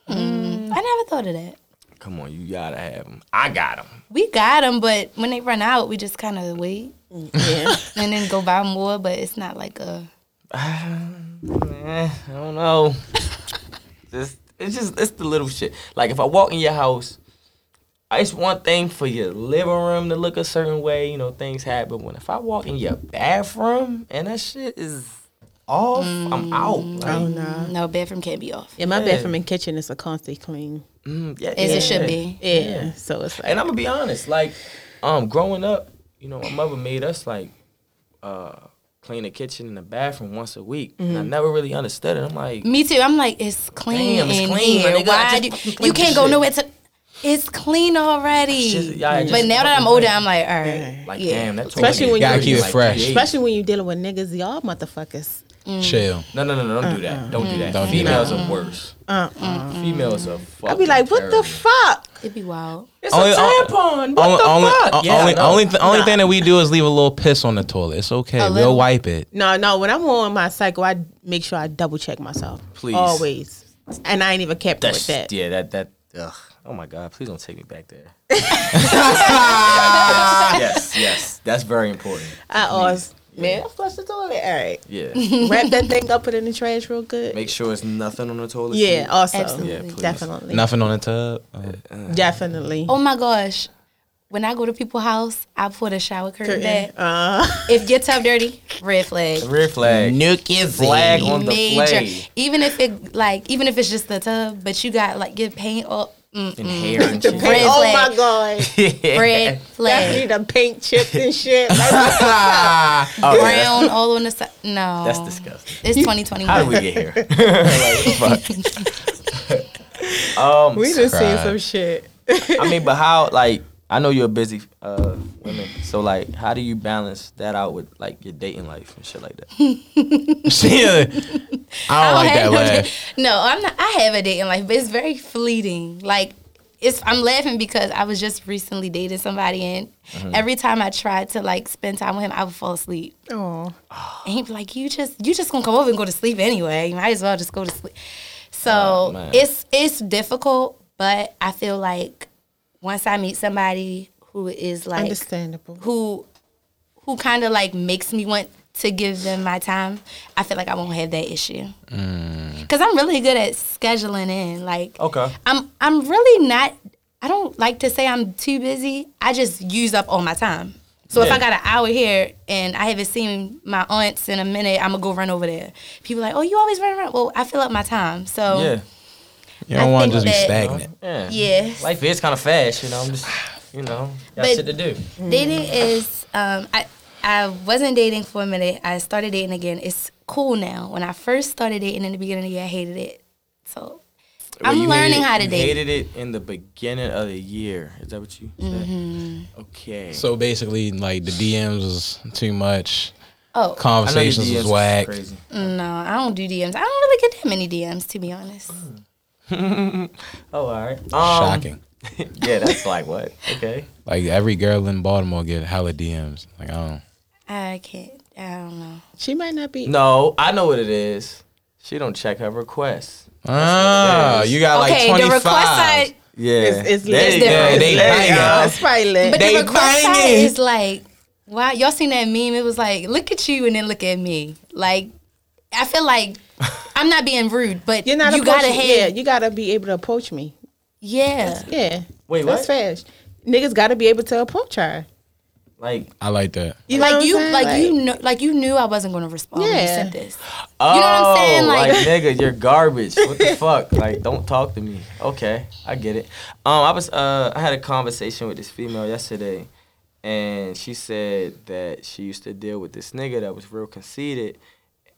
S4: I never thought of that.
S2: Come on, you gotta have them. I got them.
S4: We got them, but when they run out, we just kind of wait
S3: Yeah.
S4: and then go buy more. But it's not like a
S2: I don't know. just, it's just it's the little shit. Like if I walk in your house, it's one thing for your living room to look a certain way. You know things happen. When if I walk in your bathroom and that shit is off,
S4: Mm,
S2: I'm out. Like,
S3: oh no.
S4: no bathroom can't be off.
S3: Yeah, my
S2: Uh-huh. Yeah.
S3: bathroom and kitchen is a constant clean.
S2: Mm, yeah,
S4: As
S2: yeah.
S4: it should be.
S3: Yeah. So it's like
S2: And I'm gonna be honest, like, um, growing up, you know, my mother made us like, uh, clean the kitchen and the bathroom once a week, and
S4: Mm-hmm.
S2: I never really understood it. I'm like,
S4: Me too. I'm like, it's clean
S2: Damn, it's
S4: in
S2: clean,
S4: here.
S2: nigga. I
S4: Why
S2: just
S4: do
S2: fucking cleaned
S4: you can't
S2: this
S4: go
S2: shit.
S4: nowhere to? It's clean already.
S2: It's just- yeah, I
S4: but
S2: just
S4: now that I'm
S2: fucking
S4: older,
S2: clean.
S4: I'm like, all right.
S2: like,
S4: yeah.
S2: damn, that's
S3: Especially when
S1: Gotta
S3: you-
S1: keep it fresh.
S3: especially when you dealing with niggas, y'all motherfuckers.
S1: Chill.
S2: No, no, no, no, don't do that. Don't do that.
S1: Don't do
S2: Females are worse.
S3: Uh-uh.
S2: Females are fucking.
S3: I'd be like, what the
S2: fuck?
S3: fuck?
S4: It'd be wild.
S2: It's
S1: Only- uh,
S2: a tampon. What the
S1: only,
S2: fuck?
S1: o-
S2: Yeah,
S1: only,
S2: I know.
S1: only, th- only thing that we do is leave a little piss on the toilet. It's okay. We'll
S4: little?
S1: wipe it.
S3: No, no. When I'm on my cycle, I make sure I double check myself.
S2: Please.
S3: Always. And I ain't even kept
S2: That's-
S3: with that.
S2: Yeah, that that. Ugh. Oh my God! Please don't take me back there. yes, yes, that's very important.
S3: I always, man, I flush the toilet. All right.
S2: Yeah,
S3: Wrap that thing up, put it in the trash real good.
S2: make sure it's nothing on the toilet.
S3: yeah,
S2: seat.
S3: also.
S4: Absolutely.
S2: Yeah, please.
S3: Definitely.
S1: Nothing on the tub. Oh.
S3: Definitely.
S4: Oh my gosh. When I go to people's house, I put a shower curtain back.
S3: Uh,
S4: If your tub dirty, red flag.
S2: Red flag.
S1: Nuke is
S2: Flag on the
S4: Major.
S2: play.
S4: Even if it like, even if it's just the tub, but you got like your paint up. Mm,
S2: And hair and shit.
S4: Red
S3: oh
S4: flag.
S3: my God.
S4: Red
S3: Definitely
S4: flag.
S3: the paint chips and shit. Like,
S1: Ah.
S2: Oh, yeah,
S4: Brown all on the side. No.
S2: that's, that's disgusting.
S4: It's
S2: How did
S4: 2021.
S2: we get here? Like, fuck. um,
S3: we just seen
S1: Cried.
S3: some shit.
S2: I mean, but how? Like, I know you're a busy uh, women, so like, how do you balance that out with like your dating life and shit like that?
S1: See, I don't like that
S4: have no
S1: laugh.
S4: da- No, I'm not. I have a dating life, but it's very fleeting. Like, it's. I'm laughing because I was just recently dating somebody, and
S2: Mm-hmm.
S4: every time I tried to like spend time with him, I would fall asleep.
S3: Oh,
S4: And he'd be like, "You just, you just gonna come over and go to sleep anyway. You might as well just go to sleep." So
S2: Oh, man.
S4: it's it's difficult, but I feel like once I meet somebody who is like
S3: understandable.
S4: who who kind of like makes me want to give them my time, I feel like I won't have that issue. Cause I'm really good at scheduling in. Like,
S2: Mm. Okay.
S4: I'm I'm really not. I don't like to say I'm too busy. I just use up all my time. So if
S2: Yeah.
S4: I got an hour here and I haven't seen my aunts in a minute, I'm gonna go run over there. People like, oh, you always run around. Well, I fill up my time. So
S2: Yeah.
S1: You
S4: I
S1: don't want
S4: think
S1: to just be
S4: that-
S1: stagnant.
S2: Yeah.
S4: yes.
S2: Life is kind of fast, you know. I'm just, you know, got
S4: But-
S2: shit to do.
S4: Dating is um, I I wasn't dating for a minute. I started dating again. It's cool now. When I first started dating in the beginning of the year, I hated it. So I'm
S2: you
S4: learning
S2: hated-
S4: how to
S2: you
S4: date.
S2: Hated it in the beginning of the year. Is that what you? said?
S4: Mm-hmm.
S2: Okay.
S1: So basically, like the DMs was too much.
S4: Oh
S2: I know your
S1: Conversations
S2: DMs
S1: was
S2: is
S1: whack.
S2: Crazy.
S4: no, I don't do DMs. I don't really get that many DMs to be honest.
S2: Oh, all right. Um,
S1: Shocking.
S2: Yeah, that's like what? Okay.
S1: Like every girl in Baltimore get hella DMs. Like I don't.
S4: I can't. I don't know.
S3: She might not be.
S2: No, I know what it is. She don't check her requests.
S1: Ah, you got
S4: okay,
S1: like twenty
S4: the request
S1: five.
S4: side,
S2: Yeah.
S3: It's, it's
S2: There
S3: lit.
S2: you
S4: different.
S2: go.
S4: Yeah,
S1: they
S2: There you
S1: banging.
S2: go.
S3: It's probably lit.
S4: but
S1: They
S4: the request side
S1: banging.
S4: is like, wow, y'all seen that meme? It was like, look at you and then look at me. Like, I feel like I'm not being rude, but
S3: You're not
S4: you gotta
S3: approaching-
S4: have
S3: Yeah, you gotta be able to approach me.
S4: yeah.
S3: Yeah.
S2: Wait,
S3: That's
S2: what?
S3: fast. Niggas gotta be able to approach her.
S2: Like,
S1: I like that.
S3: You know
S4: Like
S3: what
S4: you,
S3: I'm saying?
S4: like you know, like you knew I wasn't gonna respond when you
S3: Yeah.
S4: said this.
S2: oh,
S4: You know what I'm saying?
S2: Like,
S4: Like-
S2: nigga, you're garbage. What the fuck? Like, don't talk to me. Okay, I get it. Um, I was, uh, I had a conversation with this female yesterday, and she said that she used to deal with this nigga that was real conceited,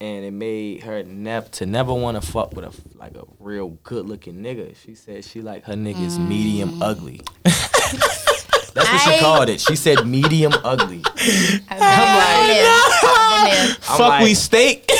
S2: and it made her nev- to never want to fuck with a like a real good looking nigga. She said she like her niggas medium ugly. That's what
S4: Mm. I-
S2: she called it. She said medium ugly.
S4: I've
S3: Oh,
S4: been there. I've been there.
S2: I'm
S1: Fuck
S2: like-
S1: we steak.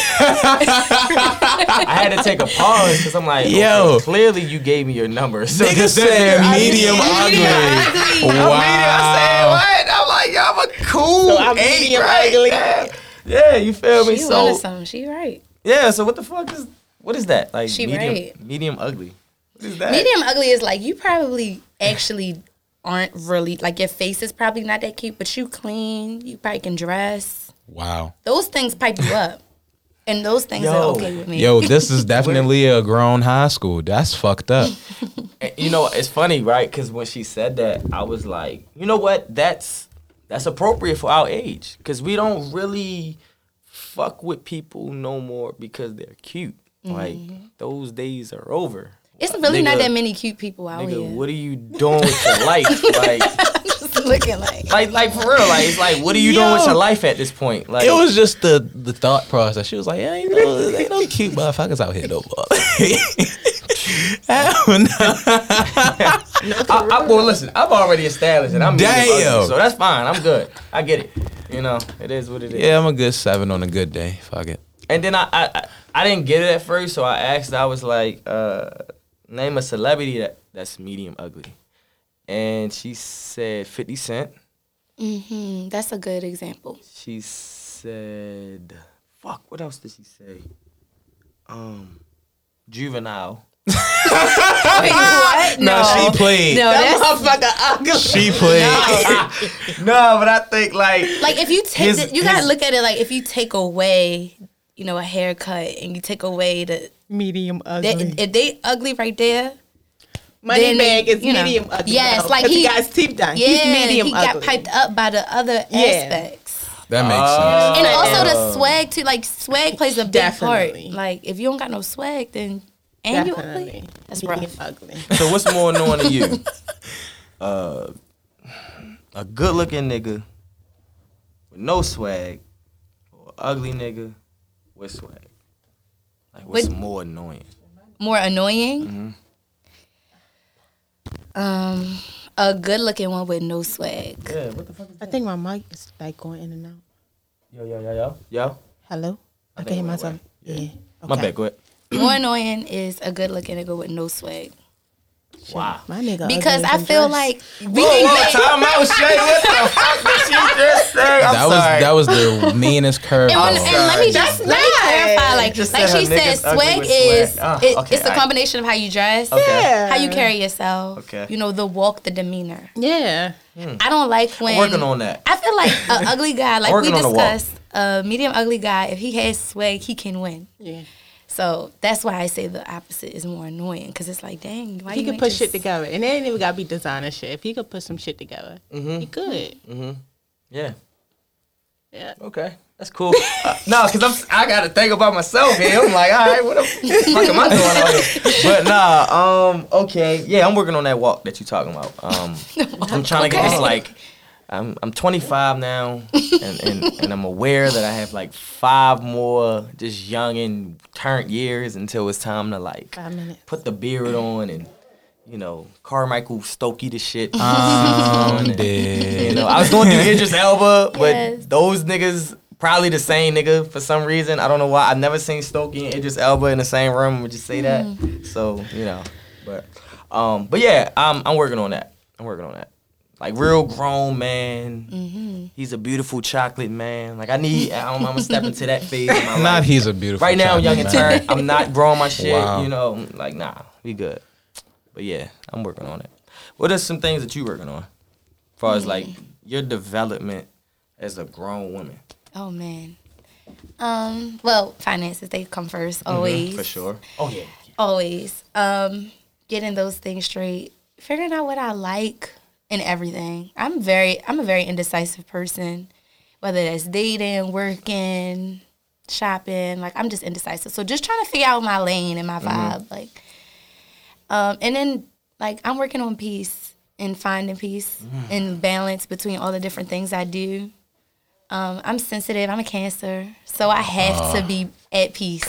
S2: I had to take a pause because I'm like,
S1: Yo.
S2: yo, clearly you gave me your number. So
S1: Nigga said medium ugly. Wow.
S2: What? I'm like, yo, I'm a cool
S3: So I'm
S2: eight
S3: medium
S2: right
S3: ugly.
S2: now. Yeah, you feel me?
S4: She
S2: so
S4: wanted something. She right.
S2: yeah, so what the fuck is what is that? Like
S4: She
S2: medium,
S4: right.
S2: medium ugly. What is that?
S4: Medium ugly is like you probably actually aren't really like your face is probably not that cute, but you clean. You probably can dress.
S1: Wow.
S4: Those things pipe you up, and those things are
S2: Yo.
S4: okay with me.
S1: Yo, this is definitely a grown high school. That's fucked up.
S2: And you know, it's funny, right? Because when she said that, I was like, you know what? That's that's appropriate for our age because we don't really fuck with people no more because they're cute.
S4: Mm-hmm.
S2: Like those days are over.
S4: it's really not
S2: Nigga-
S4: that many cute people out
S2: Nigga,
S4: here.
S2: what are you doing with your life? Like,
S4: Just looking like
S2: like, like for real. Like, it's like, what are you doing with your life at this point? Like,
S1: It was just the the thought process. She was like, "Yeah, you know, ain't no cute motherfuckers out here no more." Hell no.
S2: I, I, well, listen, I've already established it. I'm medium
S1: Damn.
S2: ugly, so that's fine. I'm good. I get it. You know, it is what it is.
S1: Yeah, I'm a good seven on a good day. Fuck it.
S2: And then I, I I- I didn't get it at first, so I asked. I was like, uh, name a celebrity that, that's medium ugly, and she said Fifty Cent.
S4: hmm that's a good example.
S2: She said, fuck. What else did she say? Um, Juvenile.
S4: Wait, what? No,
S1: she played.
S4: no, that's
S1: She played.
S2: no, but I think like
S4: like if you take
S2: His-
S4: the- you gotta
S2: his-
S4: look at it like if you take away you know a haircut and you take away the
S3: Medium
S4: they,
S3: ugly.
S4: if they ugly right there
S3: Money
S4: then,
S3: bag is
S4: you know,
S3: medium ugly.
S4: yes,
S3: now,
S4: like
S3: 'cause he,
S4: he-
S3: got his teeth done.
S4: yeah
S3: He's medium
S4: he
S3: ugly.
S4: got piped up by the other
S3: Yeah.
S4: aspects
S1: That makes
S2: Uh,
S1: sense.
S4: and also the swag too like swag plays a big
S3: Definitely.
S4: part like if you don't got no swag then and you
S3: Definitely.
S4: ugly that's
S3: medium
S4: rough
S3: ugly.
S2: So what's more annoying to you? Uh, a good looking nigga with no swag or a ugly nigga with swag? Like what's
S4: But-
S2: more annoying?
S4: more annoying
S2: Mm-hmm.
S4: um a good looking one with no swag
S2: Yeah, what the fuck is
S3: I think my mic is like going in and out.
S2: Yo, yo, yo, yo. Yo.
S3: Hello? I,
S2: think it
S3: can hear
S2: went
S3: myself.
S2: away.
S3: Yeah.
S2: My
S3: Okay.
S2: bad, go ahead.
S4: more annoying is a good looking nigga with no swag
S2: Wow.
S3: My nigga.
S4: because
S3: ugly
S4: I
S3: than
S4: feel
S3: dress.
S4: like we can get
S2: time out, Shay. What the fuck did she just say? I'm
S1: that was that was the meanest curve.
S4: And, when-
S1: though.
S4: and let me just let me clarify, like,
S2: just
S4: like
S2: said
S4: she
S2: her
S4: said,
S2: niggas ugly
S4: swag
S2: with
S4: is
S2: swag. Ah,
S4: it,
S2: okay,
S4: it's a
S2: alright.
S4: combination of how you dress,
S2: Okay.
S3: Yeah.
S4: how you carry yourself,
S2: Okay. Hmm.
S4: you know, the walk, the demeanor.
S3: Yeah.
S4: I don't like when
S2: working on that.
S4: I feel like an ugly guy, like we
S2: working on the walk.
S4: discussed, a medium ugly guy, if he has swag, he can win.
S3: Yeah.
S4: So that's why I say the opposite is more annoying because it's like, dang, why
S3: he
S4: you
S3: could
S4: ain't
S3: put
S4: just-
S3: shit together, and it ain't even gotta be designer shit. If he could put some shit together, he could.
S2: Yeah.
S3: Yeah.
S2: Okay. That's cool. Uh, no, because I'm I gotta think about myself here. I'm like, all right, what the fuck am I doing out here? But nah, um, okay. Yeah, I'm working on that walk that you're talking about. Um I'm trying to get this
S4: Okay.
S2: like I'm I'm 25 now, and, and, and I'm aware that I have like five more just young and current years until it's time to like
S3: Five minutes.
S2: put the beard on and you know Carmichael Stokey the shit. Um,
S1: I'm
S2: And,
S1: dead.
S2: You know, I was going through Idris Elba, but
S4: Yes.
S2: those niggas probably the same nigga for some reason. I don't know why. I've never seen Stokey and Idris Elba in the same room. Would you say that? So you know, but um, but yeah, I'm I'm working on that. I'm working on that. Like real grown man. He's a beautiful chocolate man. Like I need. I'm, I'm gonna step into that phase. Of my
S1: Not
S2: life.
S1: he's a beautiful.
S2: Right now, I'm young
S1: chocolate
S2: and
S1: man.
S2: turned. I'm not growing my shit.
S1: Wow.
S2: You know, like nah, we good. But yeah, I'm working on it. What are some things that you working on, as far as like your development as a grown woman?
S4: Oh man. Um, well, finances they come first always.
S2: Mm-hmm, For sure. Oh yeah.
S4: Always. Um, getting those things straight, figuring out what I like and everything. I'm very I'm a very indecisive person, whether that's dating, working, shopping, like I'm just indecisive. So just trying to figure out my lane and my vibe like um and then like I'm working on peace and finding peace and balance between all the different things I do. Um, I'm sensitive. I'm a cancer, so I have to be at peace.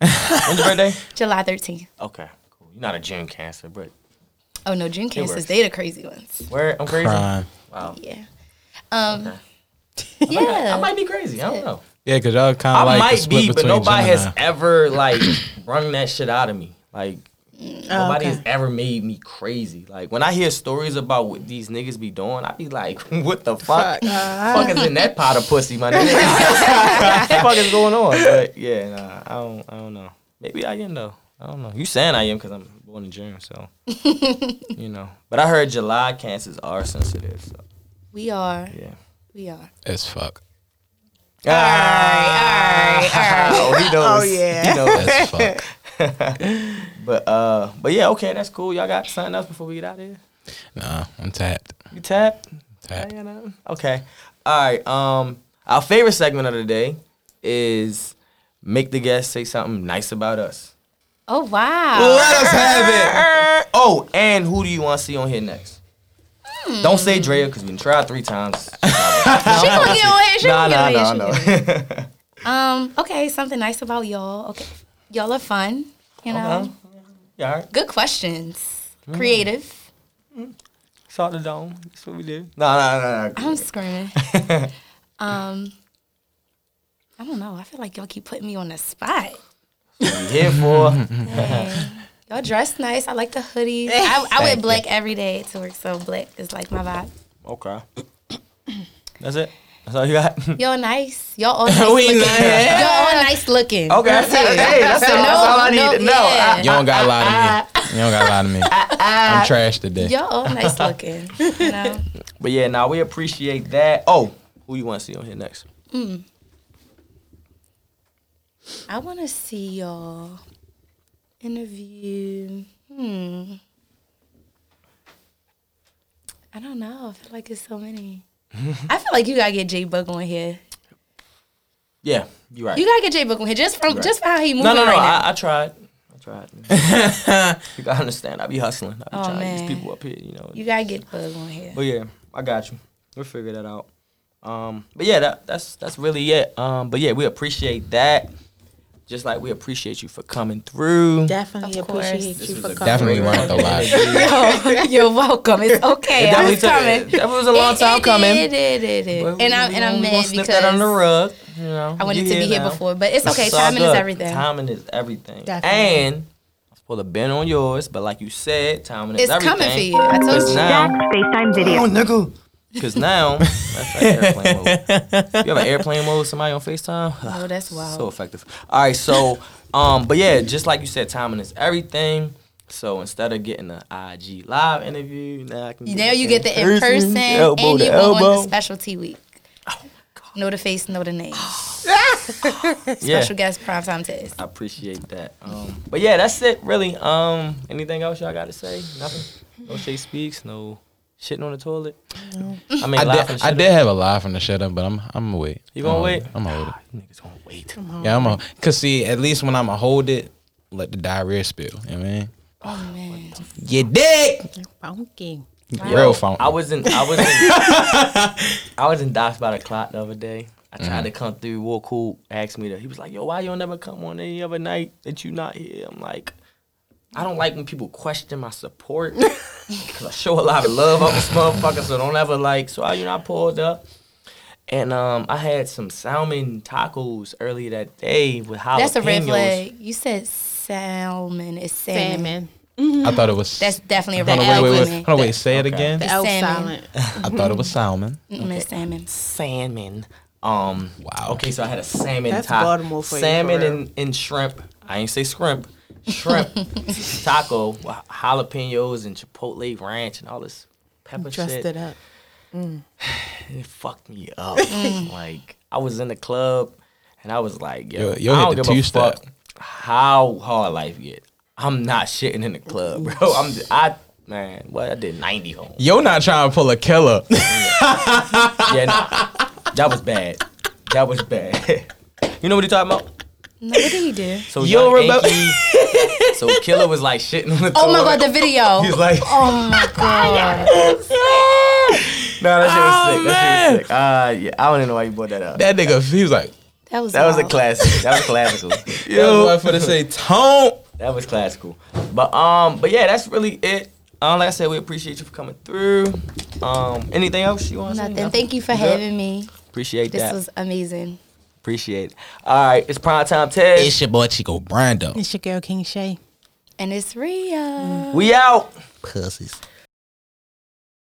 S2: When's your birthday?
S4: July 13th.
S2: Okay. Cool. You're not a June cancer, but
S4: Oh no, June
S2: works.
S4: cancers, they the crazy ones.
S2: where I'm crazy.
S1: Crime.
S2: Wow.
S4: Yeah. Um
S2: I
S4: Yeah.
S2: might be crazy. I don't know.
S1: Yeah, because y'all kind
S2: I
S1: of like the
S2: might
S1: split
S2: be, but
S1: between
S2: nobody has
S1: Gemini.
S2: ever like wrung that shit out of me. Like nobody
S3: okay.
S2: has ever made me crazy. Like when I hear stories about what these niggas be doing, I be like, what the fuck? fuck is in that pot of pussy, my nigga? what the fuck is going on? But yeah, nah, I don't, I don't know. Maybe I am though. I don't know. You saying I am because I'm born in June, so you know. But I heard July cancers are sensitive. So
S4: we are.
S2: yeah.
S4: We are.
S1: as fuck.
S2: Oh, he knows.
S3: Oh, yeah.
S2: He knows.
S1: As fuck.
S2: But uh, but yeah, okay, that's cool. Y'all got something else before we get out of here?
S1: Nah, I'm tapped.
S2: You tap?
S1: Tapped.
S2: Okay. All right. Um, our favorite segment of the day is make the guest say something nice about us.
S4: Oh wow.
S2: Let us have it. Oh, and who do you want to see on here next?
S4: Hmm.
S2: Don't say Drea because we tried three times.
S4: She gonna get on here. She
S2: nah,
S4: gonna get
S2: nah, nah,
S4: on here. She
S2: nah.
S4: gonna get on here. Um, okay, something nice about y'all. Okay. Y'all are fun, you know.
S2: Okay. Yeah, all right.
S4: Good questions. Creative.
S2: Salt the dome. That's what we do. Nah, nah, nah, nah.
S4: I'm screaming. um I don't know. I feel like y'all keep putting me on the spot.
S2: We here for.
S4: Y'all dress nice. I like the hoodies. I, I wear black every day to work, so black is like my vibe.
S2: Okay. That's it. That's all you got.
S4: Y'all nice. Y'all all nice
S1: We
S4: looking.
S1: nice.
S4: Y'all all nice looking.
S2: Okay, that's it. Hey, that's, all, that's all I need to
S4: no,
S2: know.
S4: yeah.
S1: You don't got a lot of me. You don't got a lot of me. I'm trash today.
S4: Y'all all nice looking. You know?
S2: But yeah, now we appreciate that. Oh, who you want to see on here next?
S4: I want to see y'all interview. Hmm. I don't know. I feel like it's so many. I feel like you gotta get J Bug on here.
S2: Yeah, you right.
S4: You gotta get J Bug on here just from
S2: Right.
S4: just for how he moving
S2: no, no, no.
S4: right now.
S2: I, I tried. I tried. you gotta understand. I be hustling. I be
S4: Oh,
S2: trying to
S4: man.
S2: get these people up here. You know.
S4: you gotta get Bug on here.
S2: But yeah, I got you. We'll figure that out. Um, but yeah, that, that's that's really it. Um, but yeah, we appreciate that. Just like we appreciate you for coming through.
S3: Definitely
S4: Of course.
S3: appreciate
S2: This
S3: you
S2: was
S3: for
S2: a
S3: coming.
S1: Definitely
S2: great
S1: weren't a lot.
S2: interview.
S4: Yo, you're welcome. It's okay. I
S2: definitely
S4: was
S2: took-
S4: coming.
S2: That was a long
S4: It-
S2: time
S4: it-
S2: coming.
S4: It did, it did.
S2: But
S4: And I'm
S2: we
S4: and
S2: gonna-
S4: I'm
S2: we gonna
S4: mad
S2: snip
S4: because
S2: that on the rug. You know,
S4: I wanted
S2: You
S4: to be here
S2: now.
S4: before, but it's okay.
S2: It's all
S4: Timing is
S2: good.
S4: everything.
S2: Timing is everything.
S3: Definitely.
S2: And I'm supposed to bend on yours, but like you said, timing is
S4: It's
S2: everything.
S4: coming for you. I told
S2: Because
S4: you.
S5: Jack
S2: now,
S5: FaceTime video.
S2: because now, that's like airplane mode. You have an airplane mode with somebody on Facetime.
S4: Oh, that's wild.
S2: So effective. All right, so, um, but yeah, just like you said, timing is everything. So instead of getting an IG live interview, now I can.
S4: now you
S2: it
S4: get the in person,
S2: elbow
S4: and
S2: to
S4: you go on
S2: elbow.
S4: the specialty week. Oh, Know the face, know the name.
S2: Yeah.
S4: Special guest primetime test.
S2: I appreciate that. Um, but yeah, that's it, really. Um, anything else y'all got to say? Nothing. No Shay speaks. No shitting on the toilet. I mean,
S1: I
S2: laughing.
S1: did, I did have a lie from the shut up, but I'm I'm gonna wait.
S2: You gonna
S1: I'm
S2: wait? Oh,
S1: I'm gonna hold it.
S2: Ah, You niggas gonna wait.
S1: Yeah, I'm gonna. Cause see, at least when I'm gonna hold it, let the diarrhea spill. You know what I mean?
S4: Oh man.
S1: You dick.
S3: Funky.
S1: Real phone.
S2: I was in I was in I was in docs by the clock the other day. I tried to come through. War cool asked me to. He was like, "Yo, why you don't never come on any other night that you not here?" I'm like, I don't like when people question my support because I show a lot of love on this motherfucker. So don't ever like. So I, you know, I pulled up. And um, I had some salmon tacos earlier that day with jalapenos.
S4: Oh, That's a red flag. You said salmon is salmon.
S3: Salmon.
S1: I thought it was.
S4: That's definitely a
S1: hold
S4: red
S1: on, wait,
S4: flag.
S1: wait,
S4: with
S1: wait.
S4: me.
S1: Hold on, wait. Say it again.
S3: The L
S4: Salmon.
S3: silent.
S1: I thought it was salmon.
S4: Mm, it's salmon.
S2: salmon. Um,
S1: Wow.
S2: Okay, so I had a salmon
S3: That's
S2: taco.
S3: Baltimore for you,
S2: salmon
S3: for real.
S2: and, and shrimp. I ain't say scrimp. Shrimp taco, with jalapenos and chipotle ranch and all this pepper
S3: Dressed
S2: shit.
S3: it up.
S2: It fucked me up.
S3: Mm.
S2: like I was in the club and I was like, yo,
S1: Yo- yo
S2: I
S1: hit
S2: don't
S1: the
S2: give a
S1: two-step.
S2: fuck how hard life get. I'm not shitting in the club, bro. I'm I man, what I did 90 home.
S1: Yo, not trying to pull a killer.
S2: Yeah, nah, that was bad. That was bad. you know what he talking about?
S4: No, what did he do?
S2: So
S1: You
S2: Young
S1: don't remember-
S2: Anki- so Killer was like shitting on the
S4: Oh my
S2: toilet.
S4: god, the video.
S2: He's like,
S4: oh my god.
S2: no, that shit
S4: Oh,
S2: was sick. That
S1: man.
S2: shit was sick. Uh, yeah, I don't even know why you brought that up. That,
S1: that nigga, he was like,
S4: That was
S2: was a
S4: wild.
S2: classic. That was classical.
S1: yo, I'm for to say tone.
S2: That was classical. But um, but yeah, that's really it. Um, like I said, we appreciate you for coming through. Um, anything else you want to say?
S4: Nothing. Thank you for
S2: good?
S4: having me.
S2: Appreciate
S4: This
S2: that.
S4: was amazing.
S2: Appreciate it. All right, it's prime time test.
S1: your boy Chico Brando.
S3: It's your girl King Shay.
S4: And it's Rio.
S2: We out.
S1: Pussies.